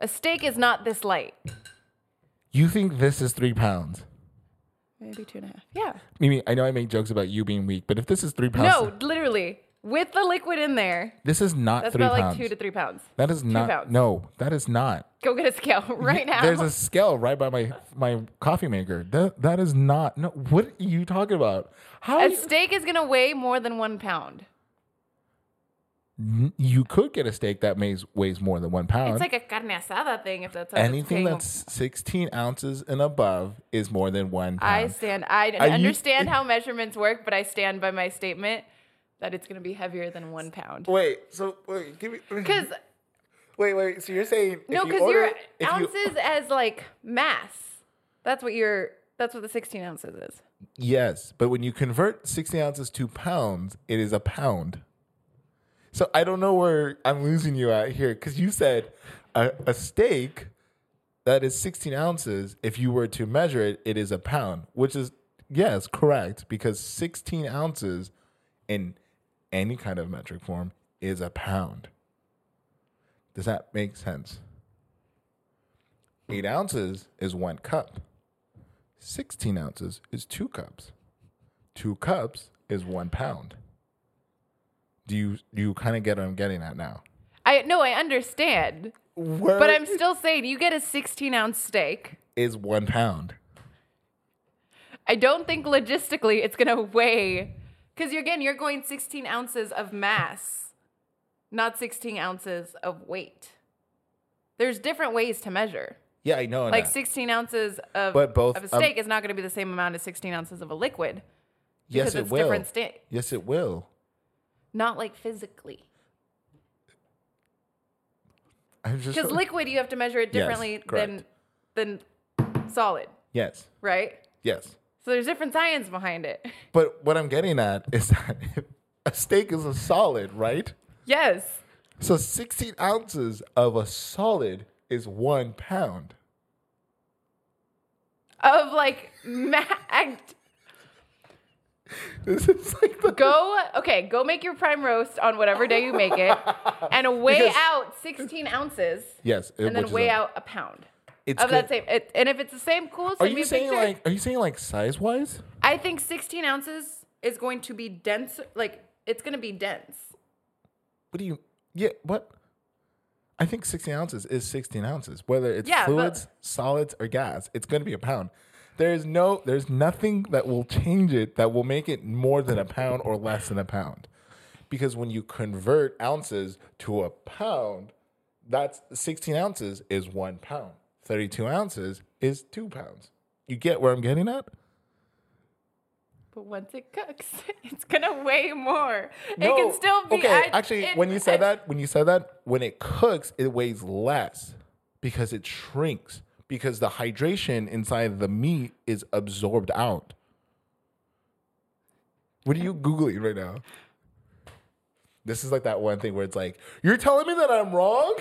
A steak is not this light.
You think this is three pounds?
Maybe two and a half. Yeah.
Mimi, I know I make jokes about you being weak, but if this is three pounds,
No, literally. With the liquid in there,
This is not
that's
three
about
pounds.
like two to three pounds.
that is not.
pounds.
No, that is not.
Go get a scale *laughs* right now.
There's a scale right by my my coffee maker. That that is not. No, what are you talking about? How
a
you,
steak is gonna weigh more than one pound.
you could get a steak that weighs weighs more than one pound.
It's like a carne asada thing, if that's how it's
Anything
being-
that's 16 ounces and above is more than one pound.
I stand. I
Are you-
understand how measurements work, but I stand by my statement that it's gonna be heavier than one pound.
wait, so wait, give me.
Because
Wait, wait. So you're saying
no, because your ounces as like mass. That's what your. That's what the sixteen ounces is.
Yes, but when you convert 16 ounces to pounds, it is a pound. So I don't know where I'm losing you at here because you said a, a steak that is 16 ounces. If you were to measure it, it is a pound, which is, yes, correct, because 16 ounces in any kind of metric form is a pound. Does that make sense? Eight ounces is one cup. 16 ounces is two cups. Two cups is one pound. Do you, do you kind of get what I'm getting at now?
I no, I understand,
Where
but I'm still saying you get a 16 ounce steak.
is one pound.
I don't think logistically it's gonna weigh because you're again you're going 16 ounces of mass, not 16 ounces of weight. There's different ways to measure.
Yeah, I know.
Like
that.
16 ounces of,
But both,
of a
um,
steak is not gonna be the same amount as 16 ounces of a liquid.
yes,
because
it
it's
will.
different sta-
yes, it will.
Not like physically.
I'm just
Because liquid you have to measure it
Yes,
differently
correct.
than than solid,
yes,
right?
yes.
So there's different science behind it. *laughs*
But what I'm getting at is that *laughs* a steak is a solid, right?
yes.
So 16 ounces of a solid is one pound. *laughs*
Of like ma- act-
This is like the
go okay go make your prime roast on whatever day you
*laughs*
make it and weigh
Because-
out 16 ounces
yes, it-
and then
which is
weigh
a-
out a pound
It's
of that
good.
same it, and if it's the same cool
Are
send me
you
a
saying
picture.
like? Are you saying like size wise?
i think 16 ounces is going to be dense like it's going to be dense
What do you? Yeah, what? I think 16 ounces is 16 ounces, whether it's
Yeah, but-
fluids, solids, or gas. It's going to be a pound. There is no, there's nothing that will change it that will make it more than a pound or less than a pound, because when you convert ounces to a pound, that's 16 ounces is one pound. 32 ounces is two pounds. You get where I'm getting at?
but once it cooks *laughs* it's going to weigh more it
No.
can still be
okay.
I-
actually,
it-
when you said
I-
that, when you said that, when it cooks, it weighs less because it shrinks because the hydration inside the meat is absorbed out. What are you googling right now? This is like that one thing where it's like, you're telling me that I'm wrong.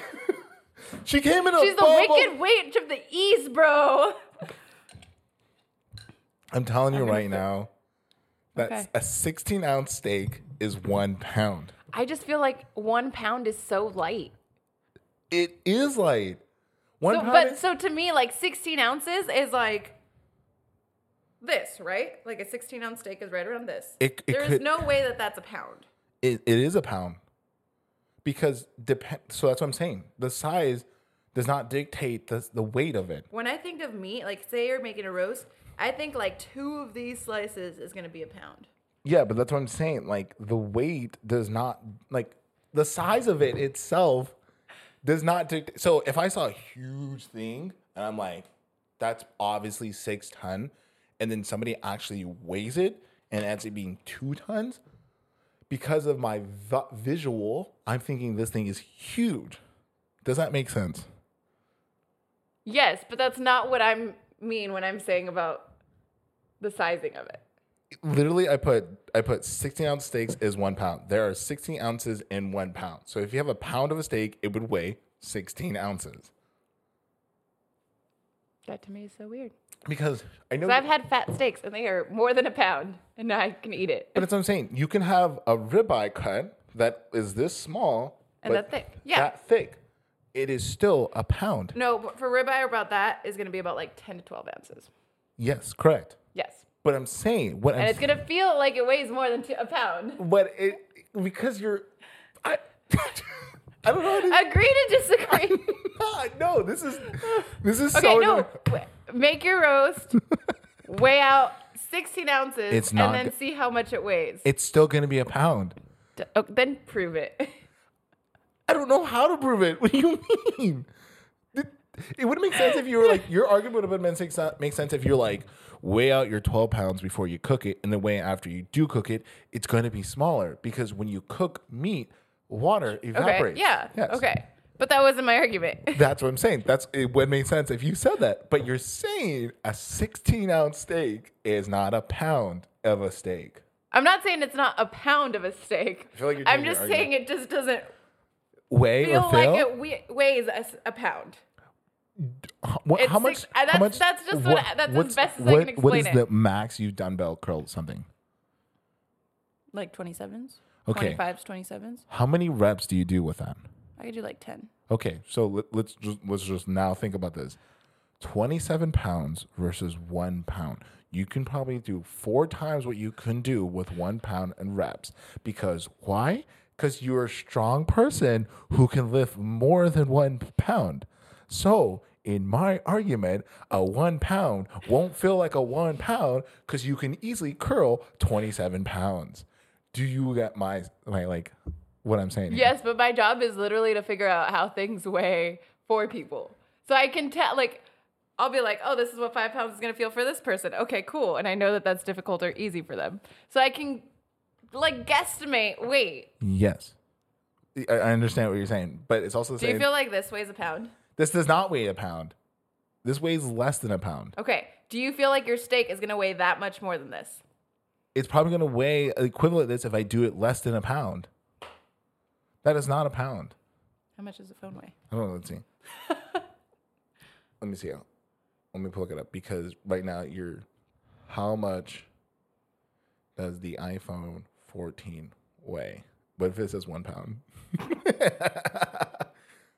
*laughs* she came in a
*laughs* she's the
bubble.
wicked witch of the east bro
I'm telling you right now that
Okay.
a 16 ounce steak is one pound.
i just feel like one pound is so light
It is light. One
So,
pound
but
is-
so to me, like 16 ounces is like this, right? Like a 16 ounce steak is right around this.
It- it
There is
could-
no way that that's a pound.
it, it is a pound because depend so that's what i'm saying the size does not dictate the, the weight of it
When I think of meat, like say you're making a roast, I think like two of these slices is gonna be a pound.
yeah but that's what i'm saying like the weight does not like the size of it itself does not dictate so if i saw a huge thing and i'm like that's obviously six ton and then somebody actually weighs it and it ends up being two tons because of my vi- visual i'm thinking this thing is huge does that make sense
Yes, but that's not what I mean when I'm saying about the sizing of it.
literally i put i put 16 ounce steaks is one pound there are 16 ounces in one pound so if you have a pound of a steak it would weigh 16 ounces
That to me is so weird.
because i know
Because I've had fat steaks and they are more than a pound, and now I can eat it.
but that's what i'm saying you can have a ribeye cut that is this small
And
but
that thick. Yeah.
that thick it is still a pound
No, but for ribeye, about that is gonna be about like 10 to 12 ounces.
yes correct
Yes.
but i'm saying what
and
i'm
it's gonna feel like it weighs more than two, a *laughs* pound.
but it because you're i *laughs* i don't know how to
Agree to *laughs* disagree.
*laughs* no this is this is
okay,
so
no.
annoying.
w- Make your roast,
*laughs*
weigh out 16 ounces,
It's
and
not
then
go-
see how much it weighs.
it's still gonna be a pound
D- oh, then prove it. *laughs*
I don't know how to prove it. *laughs* What do you mean? It- It would make sense if you were like your argument would have been makes make sense if you're like weigh out your 12 pounds before you cook it, and then weigh it after you do cook it. It's going to be smaller because when you cook meat, water
Okay.
evaporates.
Yeah.
Yes.
Okay. But that wasn't my argument. *laughs*
That's what I'm saying. That's it would make sense if you said that. But you're saying a 16 ounce steak is not a pound of a steak.
I'm not saying it's not a pound of a steak. I
feel like you're
am
changing
just
your
saying it just doesn't
Weigh
feel
or
like
fail?
it we- weighs a, s- a pound.
h- what,
It's
how much?
six- I-
how
that's-
much?
that's just what I- that's as
what's-
best as I
what-
can
What is
explain
the max you dumbbell curl something?
Like 27s?
Okay.
25s, 27s?
How many reps do you do with that?
I could do like 10.
Okay, so let, let's just let's just now think about this. Twenty-seven pounds versus one pound. You can probably do four times what you can do with one pound and reps. Because why? Because you're a strong person who can lift more than one pound. So in my argument, a one pound won't feel like a one pound because you can easily curl twenty-seven pounds. Do you get my my like what I'm saying? here?
Yes, but my job is literally to figure out how things weigh for people. So I can tell, like, I'll be like, oh, this is what five pounds is going to feel for this person. Okay, cool. And I know that that's difficult or easy for them. So I can, like, guesstimate weight.
Yes. I I understand what you're saying, but it's also the
Do you
same.
feel like this weighs a pound?
this does not weigh a pound. This weighs less than a pound.
Okay. Do you feel like your steak is going to weigh that much more than this?
It's probably going to weigh equivalent to this if I do it less than a pound. That is not a pound.
How much does a phone weigh?
I don't know.
*laughs*
Let's see. Let me see. Let me look it up because right now you're. How much does the iPhone 14 weigh? What if it says one pound? *laughs*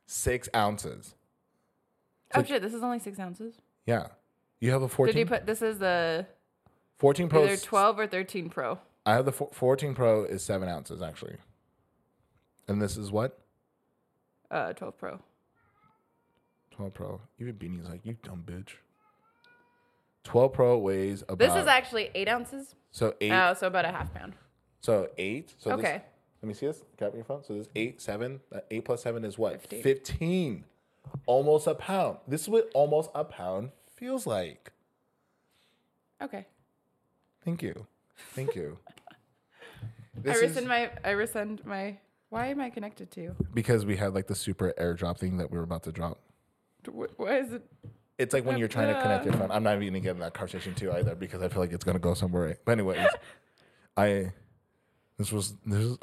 Six ounces.
Oh, shit. This is only six ounces.
Yeah. You have a
Did
14.
you put, this is the
14 Pro.
either
is-
12 or 13 Pro.
I have the four, 14 Pro is seven ounces actually. And this is what?
Uh, 12 Pro.
12 Pro. Even Beanie's like, you dumb bitch. 12 Pro weighs about.
This is actually eight ounces.
So eight.
Oh, so about a half pound.
So eight. So this-
Okay.
let me see this. Grab your phone. So this is eight, seven. Uh, eight plus seven is what?
15.
15. Almost a pound. This is what almost a pound feels like.
Okay.
Thank you. Thank you.
*laughs* I
This is-
resend my. I resend my. Why am I connected to you?
because we had like the super airdrop thing that we were about to drop.
Wh- Why is it?
It's like when you're trying to connect your phone. I'm not even gonna get in that conversation too either because I feel like it's gonna go somewhere. But
*laughs*
anyways, I this was *laughs* this is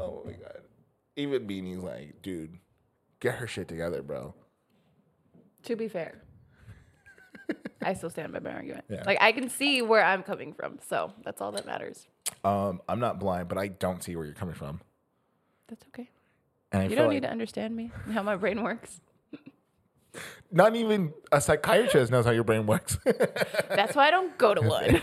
Oh my god. Even Beanie's like, dude, get her shit together, bro.
To be fair, I still stand by my argument.
Yeah.
Like I can see where I'm coming from, so that's all that matters.
Um, I'm not blind, but I don't see where you're coming from.
That's okay.
And I
You
feel
don't
like
need to understand me and how my brain works.
not even a psychiatrist knows how your brain works.
That's why I don't
*laughs*
go to one.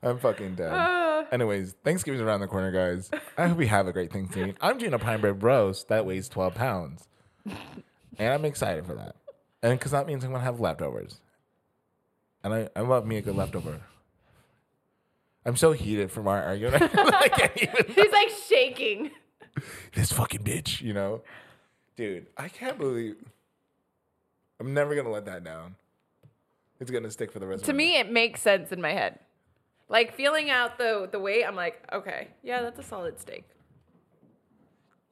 I'm fucking dead.
Ah.
Anyways, Thanksgiving's around the corner, guys. I hope you have a great Thanksgiving. I'm doing a prime rib roast that weighs 12 pounds. And I'm excited for that. And because that means I'm going to have leftovers. And I, I love me a good leftover. I'm so heated from our argument. *laughs* I can't even.
He's like shaking.
This fucking bitch, you know? Dude, I can't believe. I'm never going to let that down. It's going to stick for the rest
To
of my
me, it makes sense in my head. Like feeling out the the weight, I'm like, okay, yeah, that's a solid steak.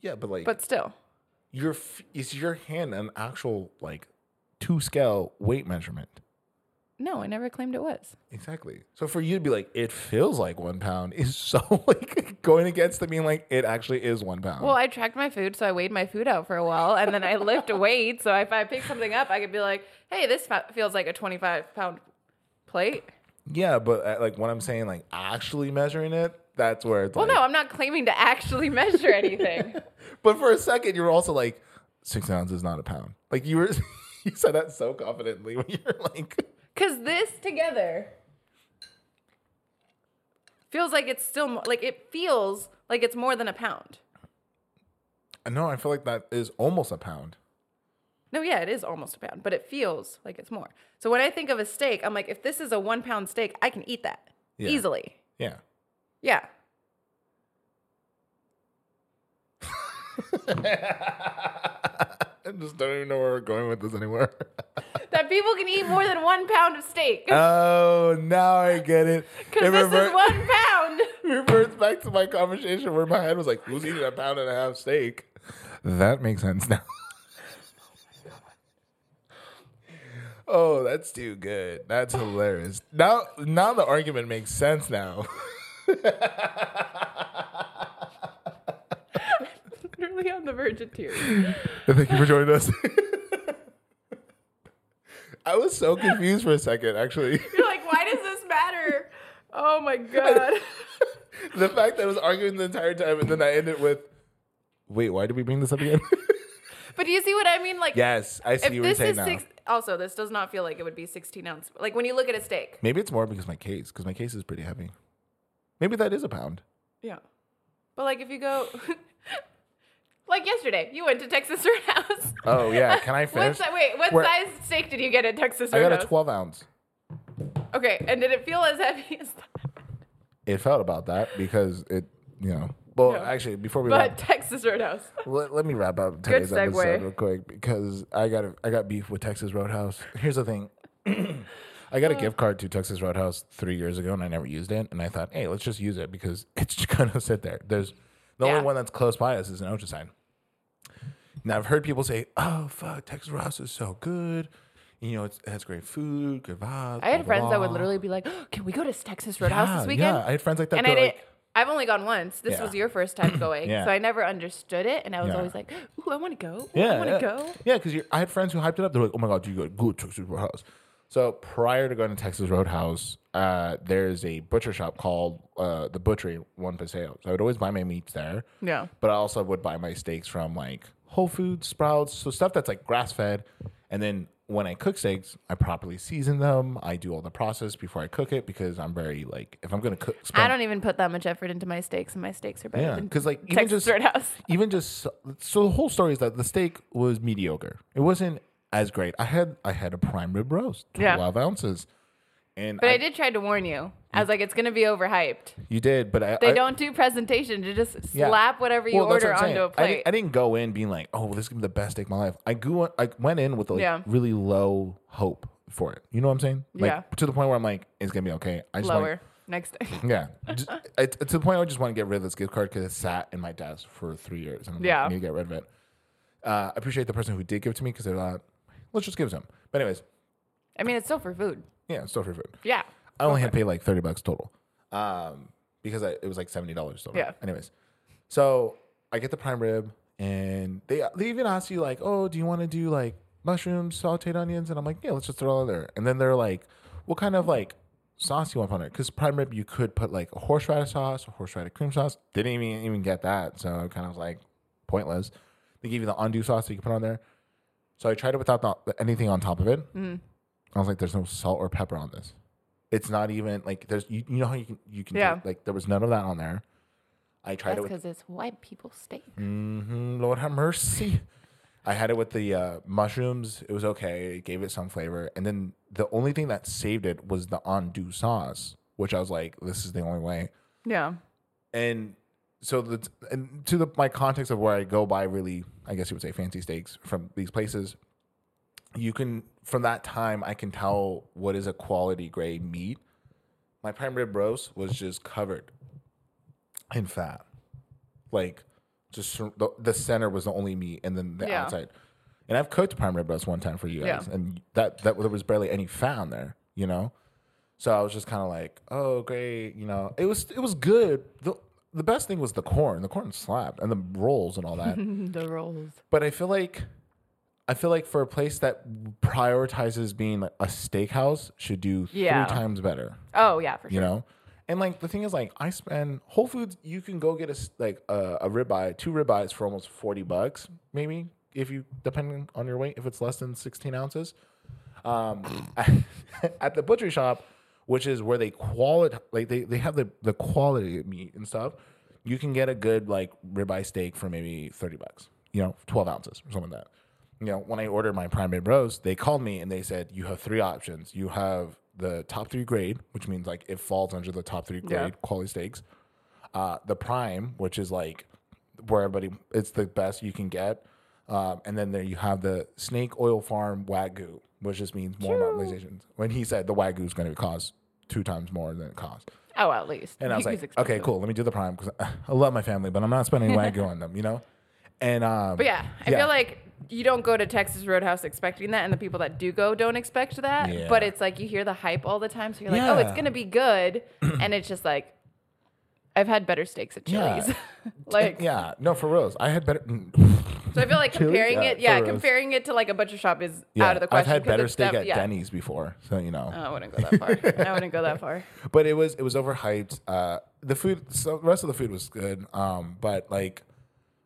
Yeah, but like.
But still,
your f- is your hand an actual like two scale weight measurement
no, I never claimed it was.
exactly so for you to be like it feels like one pound *laughs* is so like going against the mean like it actually is one pound
Well, I tracked my food, so I weighed my food out for a while, and then I *laughs* lift a weight. So if I pick something up, I could be like, "Hey, this fe- feels like a 25 pound plate."
yeah but uh, like what i'm saying like actually measuring it that's where it's
Well,
like,
no, I'm not claiming to actually measure *laughs* anything.
but for a second you were also like six ounces is not a pound like you were *laughs* you said that so confidently *laughs* when you were like
Cause this together feels like it's still mo- like it feels like it's more than a pound.
no i feel like that is almost a pound
No, yeah, it is almost a pound, but it feels like it's more. So when I think of a steak, I'm like, if this is a one pound steak, I can eat that
Yeah.
easily.
yeah
Yeah.
i just don't even know where we're going with this anymore *laughs*
That people can eat more than one pound of steak.
Oh, now I get
*laughs*
it.
Because
It
this
revert-
is one pound.
*laughs* reverts back to my conversation where my head was like, "Who's eating a pound and a half steak?" That makes sense now. *laughs* oh, that's too good. That's hilarious. Now, now the argument makes sense now.
*laughs*
*laughs*
Literally on the Virgiteers.
Thank you for joining us. *laughs* I was so confused for a second, actually.
*laughs*
*laughs*
You're like, why does this matter? Oh *laughs* my god.
the fact that I was arguing the entire time and then I ended with, wait, why did we bring this up again? *laughs*
But do you see what I mean? Like,
yes, I see
if
what you're
this
saying
is
now.
six, also, this does not feel like it would be 16 ounce. Like when you look at a steak.
Maybe it's more because my case, because my case is pretty heavy. Maybe that is a pound.
Yeah. But like if you go, *laughs* like yesterday, you went to Texas *laughs* Roadhouse.
Oh, *laughs* yeah. Can I
What
finish?
si- wait, what
Where-
size steak did you get at Texas
I got a
Roadhouse?
12 ounce.
okay, and did it feel as heavy *laughs* as that?
It felt about that because it, you know. Well, actually, before we
But
wrap,
Texas Roadhouse.
let, let me wrap up today's
segue.
episode real quick because I got a, I got beef with Texas Roadhouse. *laughs* Here's the thing. *clears throat* I
Uh.
got a gift card to Texas Roadhouse three years ago and I never used it. And I thought, hey, let's just use it because *laughs* it's just gonna sit there. There's the
Yeah.
only one that's close by us is an Ocean sign. Now I've heard people say, Oh fuck, Texas Roadhouse is so good. You know, it's, it has great food, good vibes.
I had
blah,
friends that would
blah."
literally be like, "Can we go to Texas Roadhouse
yeah,
this weekend?"
Yeah, I had friends like that.
and
that
I
were
didn't.
like,
I've only gone once. This was
Yeah.
your first
*clears throat*
time going,
Yeah.
so I never understood it, and I was
Yeah.
always like, "Ooh, I want to go. Ooh, I
Yeah,
want to
yeah.
go."
Yeah, because I had friends who hyped it up. They're like, "Oh my god, you go to good Texas Roadhouse." So prior to going to Texas Roadhouse, uh, there's a butcher shop called uh, the Butchery One Paseo. So I would always buy my meats there.
Yeah.
but I also would buy my steaks from like Whole Foods, Sprouts, so stuff that's like grass fed. And then when I cook steaks, I properly season them. I do all the process before I cook it because I'm very like, if I'm gonna cook,
I
spend-
don't even put that much effort into my steaks, and my steaks are better
yeah,
than
because like even
Texas
just
*laughs* Roadhouse.
even just so the whole story is that the steak was mediocre. It wasn't as great. I had I had a prime rib roast,
Yeah.
twelve ounces, and
But I, did try to warn you. I was like, "It's gonna be overhyped.
You did, but I
They
I,
don't do presentation. You just
yeah.
slap whatever you
Well, that's
order
what I'm saying.
onto a
I
plate."
didn't, I didn't go in being like, oh, this is gonna be the best steak of my life. I grew, I went in with like
Yeah.
really low hope for it. You know what I'm saying? Like,
Yeah.
To the point where I'm like, it's gonna be okay. I just
Lower next time.
Want, yeah. Just, I, to the point where I just want to get rid of this gift card because it sat in my desk for three years, and I'm
Yeah.
like, I need to get rid of it. Uh, I appreciate the person who did give it to me because they're like, let's just give it to him. But anyways,
*laughs* I mean, it's still for food.
yeah, it's still for food.
Yeah.
I only had paid like thirty bucks total, um, because I, it was like seventy dollars total.
Yeah.
Anyways, so I get the prime rib, and they they even ask you like, oh, do you want to do like mushrooms, sautéed onions? And I'm like, yeah, let's just throw all in there. And then they're like, what kind of like sauce you want on it? Because prime rib, you could put like a horseradish sauce or horseradish cream sauce. Didn't even even get that, so it kind of was like pointless. They give you the andouille sauce that you can put on there. So I tried it without the, anything on top of it.
Mm.
I was like, there's no salt or pepper on this. It's not even like there's you, you know how you can you can
Yeah.
take- like there was none of that on there. I tried
That's
it with
because it's white people steak.
Mhm, Lord have mercy. I had it with the uh, mushrooms. It was okay. It gave it some flavor. And then the only thing that saved it was the andouille sauce, which I was like, this is the only way
Yeah.
and so the and to the my context of where I go buy really I guess you would say fancy steaks from these places, you can from that time I can tell what is a quality grade meat. My prime rib roast was just covered in fat, like just sur- the, the center was the only meat, and then the
Yeah.
outside. And I've cooked prime rib roast one time for you
Yeah.
guys, and that that there was barely any fat on there, you know. So I was just kind of like, oh great, you know. It was it was good. the The best thing was the corn. The corn slapped, and the rolls and all
Mm-hmm.
that.
*laughs* the rolls.
but I feel like, I feel like for a place that prioritizes being like a steakhouse, should do
Yeah.
three times better
Oh yeah, for sure.
you know and like the thing is like i spend whole foods you can go get a s- like a, a ribeye two ribeyes for almost 40 bucks maybe if you depending on your weight if it's less than 16 ounces um *laughs* at the butchery shop which is where they quality like they, they have the, the quality of meat and stuff you can get a good like ribeye steak for maybe 30 bucks you know 12 ounces or something like that you know when i ordered my prime rib roast they called me and they said you have three options you have the top three grade which means like it falls under the top three grade
Yeah.
quality steaks uh, the prime, which is like where everybody it's the best you can get. Um, and then there you have the snake oil farm wagyu, which just means more modernizations. When he said the wagyu is going to cost two times more than it costs,
Oh, at least.
and I was
He's
like, okay,
expensive.
cool, let me do the prime because *laughs* I love my family, but I'm not
*laughs*
spending wagyu on them, you know. And um,
But yeah, I feel like you don't go to Texas Roadhouse expecting that, and the people that do go don't expect that.
Yeah.
But it's like you hear the hype all the time, so you're like, oh, it's
Yeah.
gonna
*clears throat*
be good, and it's just like, I've had better steaks at
Yeah. *laughs*
Chili's. *laughs* like,
yeah, no, for reals, I had better. *laughs*
So I feel like
Chili?
comparing
Yeah,
it, yeah,
for roast.
comparing it to like a butcher shop is
Yeah,
out of the question.
I've had
'cause
better
it's
steak
def-
at
yeah.
Denny's before, so you know.
Oh, I wouldn't go that far. I wouldn't
*laughs*
go that far.
But it was it was overhyped. Uh, the food, so the rest of the food was good. Um, but like,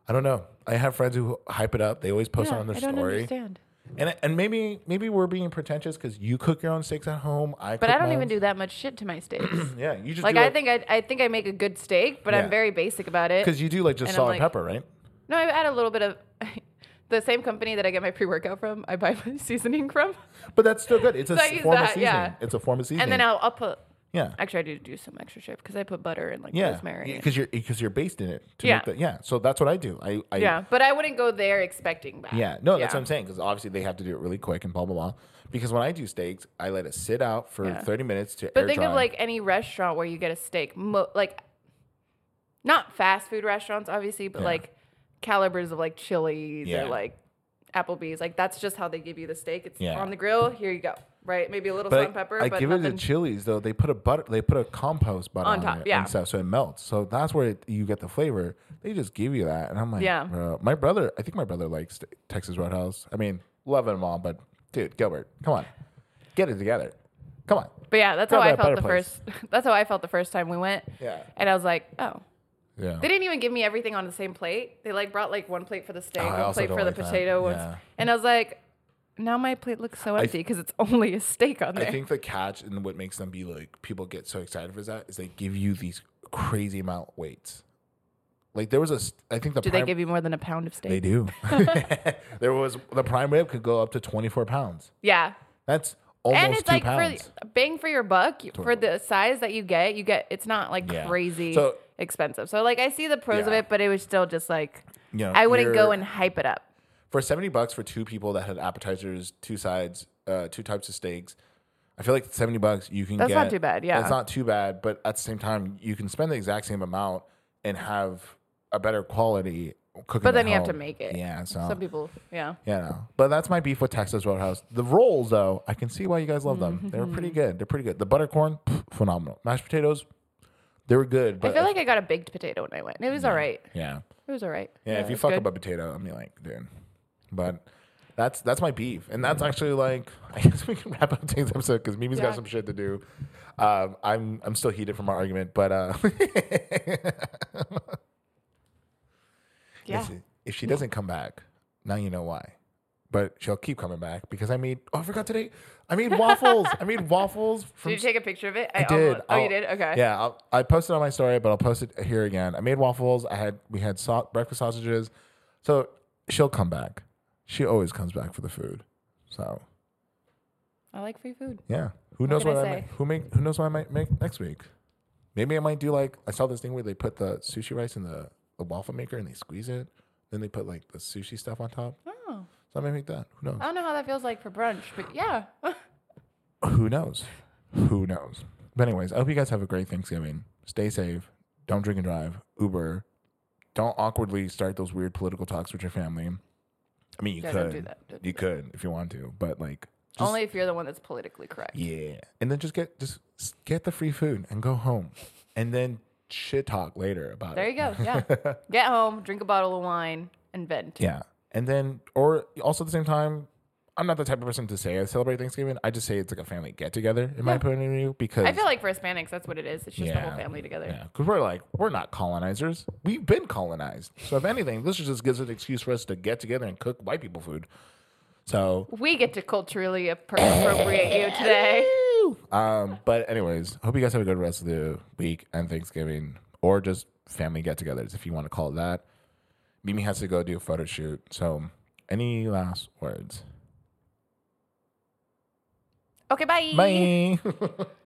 I don't know. I have friends who hype it up. They always post it on their
I don't
story.
understand.
And and maybe maybe we're being pretentious because you cook your own steaks at home. I
But I don't even do that much shit to my steaks.
*clears throat* Yeah, you just
like
do
I
it-
think I, I think I make a good steak, but
Yeah.
I'm very basic about it.
because you do like just
and I'm
salt and
like-
pepper, right?
No, I add a little bit of *laughs* the same company that I get my pre workout from. I buy *laughs* my seasoning from,
But that's still good. It's a
*laughs* So I
s-
use
form of
that,
seasoning.
yeah.
It's a form of seasoning.
and then I'll, I'll put.
yeah,
Actually, I do do some extra shit because I put butter and like
yeah,
rosemary. and-
because you're because you're based in it. To
Yeah.
make that, yeah. So that's what I do. I, I
yeah, but I wouldn't go there expecting that.
Yeah, no, that's what I'm saying because obviously they have to do it really quick and blah blah blah. Because when I do steaks, I let it sit out for
Yeah.
30 minutes to
But
air
think
dry.
of like any restaurant where you get a steak, mo- like not fast food restaurants, obviously, but
Yeah.
like calibers of like Chili's
Yeah.
or like Applebee's. Like that's just how they give you the steak. It's
Yeah.
on the grill. Here you go. Right? Maybe a little salt
but
and pepper,
I, I
but
give it to
nothing.
chilies though. They put a butter, they put a compost butter
On
on,
top,
it
yeah.
and stuff, so it melts. So that's where it, you get the flavor. They just give you that, and I'm like,
Yeah.
bro. My brother, I think my brother likes t- Texas Roadhouse. I mean, love them all, but dude, Gilbert, come on, get it together. Come on,
but yeah, that's how
Grab
I
that butter
felt the
place.
first. *laughs* That's how I felt the first time we went.
Yeah.
And I was like, oh.
yeah.
They didn't even give me everything on the same plate. They like brought like one plate for the steak,
Oh, I
one
also
plate
don't
for
like
the
that.
potato, one-
Yeah.
and I was like, now my plate looks so empty because it's only a steak on there.
I think the catch and what makes them be like people get so excited for that is they give you these crazy amount weights. Like there was a, s- I think the
Do
prime,
they give you more than a pound of steak?
they do. *laughs*
*laughs*
there was the prime rib could go up to twenty four pounds.
Yeah.
That's almost
and it's
two
like
pounds.
for bang for your buck you- for the size that you get, you get it's not like
Yeah.
crazy
So-
expensive. So like I see the pros of
Yeah.
it, but it was still just like
You know,
I wouldn't go
you're-
and hype it up.
for seventy bucks for two people that had appetizers, two sides, uh, two types of steaks. I feel like seventy bucks you can.
That's
get,
not too bad, yeah.
that's not too bad. But at the same time, you can spend the exact same amount and have a better quality cooking.
But
at
then you have to
home.
make it.
Yeah. So
Some people, yeah.
Yeah, no. but that's my beef with Texas Roadhouse. The rolls, though, I can see why you guys love
Mm-hmm.
them. They were pretty good. They're pretty good. The buttercorn, pff, phenomenal. Mashed potatoes, they were good. But
I feel like I got a baked potato when I went. It was all right.
yeah,
It was all right.
yeah. if
it
you
was
fuck
good.
up a potato, I'm like, dude. But that's that's my beef, and that's actually like *laughs* I guess we can wrap up today's episode because Mimi's
Yeah.
got some shit to do. Um, I'm I'm still heated from our argument, but uh, *laughs*
yeah.
Listen, if she doesn't come back, now you know why. But she'll keep coming back because I made. Oh, I forgot today. I made waffles. I made
*laughs*
waffles. From,
Did you take a picture of it?
I did.
almost- oh,
I'll-
you did? Okay.
Yeah, I'll, I posted on my story, but I'll post it here again. I made waffles. I had we had sau breakfast sausages. So she'll come back. She always comes back for the food. So
I like free food.
yeah, who knows
can
what
I
I,
say?
might, who make who knows what I might make next week. Maybe I might do like I saw this thing where they put the sushi rice in the, the waffle maker and they squeeze it. Then they put like the sushi stuff on top.
Oh.
So I may make that. Who knows?
I don't know how that feels like for brunch, but yeah. *laughs* Uh,
Who knows? Who knows? But anyways, I hope you guys have a great Thanksgiving. Stay safe. Don't drink and drive. Uber. Don't awkwardly start those weird political talks with your family. I mean, you
Yeah,
could.
don't do that. Don't do
you could if you want to, but like, just,
Only if you're the one that's politically correct.
yeah. And then just get just s- get the free food and go home, and then shit talk later about
There
it. *laughs*
you go. Yeah. Get home, drink a bottle of wine, and vent.
Yeah. And then, or also at the same time, I'm not the type of person to say I celebrate Thanksgiving. I just say it's like a family get together, in my point of view, because
I feel like for Hispanics, that's what it is. It's just the whole family together.
Yeah, because we're like, we're not colonizers. We've been colonized. So if anything, this just gives an excuse for us to get together and cook white people food. So,
We get to culturally appro- appropriate you today.
*laughs* um, but anyways, hope you guys have a good rest of the week and Thanksgiving, or just family get-togethers if you want to call it that. Mimi has to go do a photo shoot. So, any last words?
Okay, bye.
Bye. *laughs*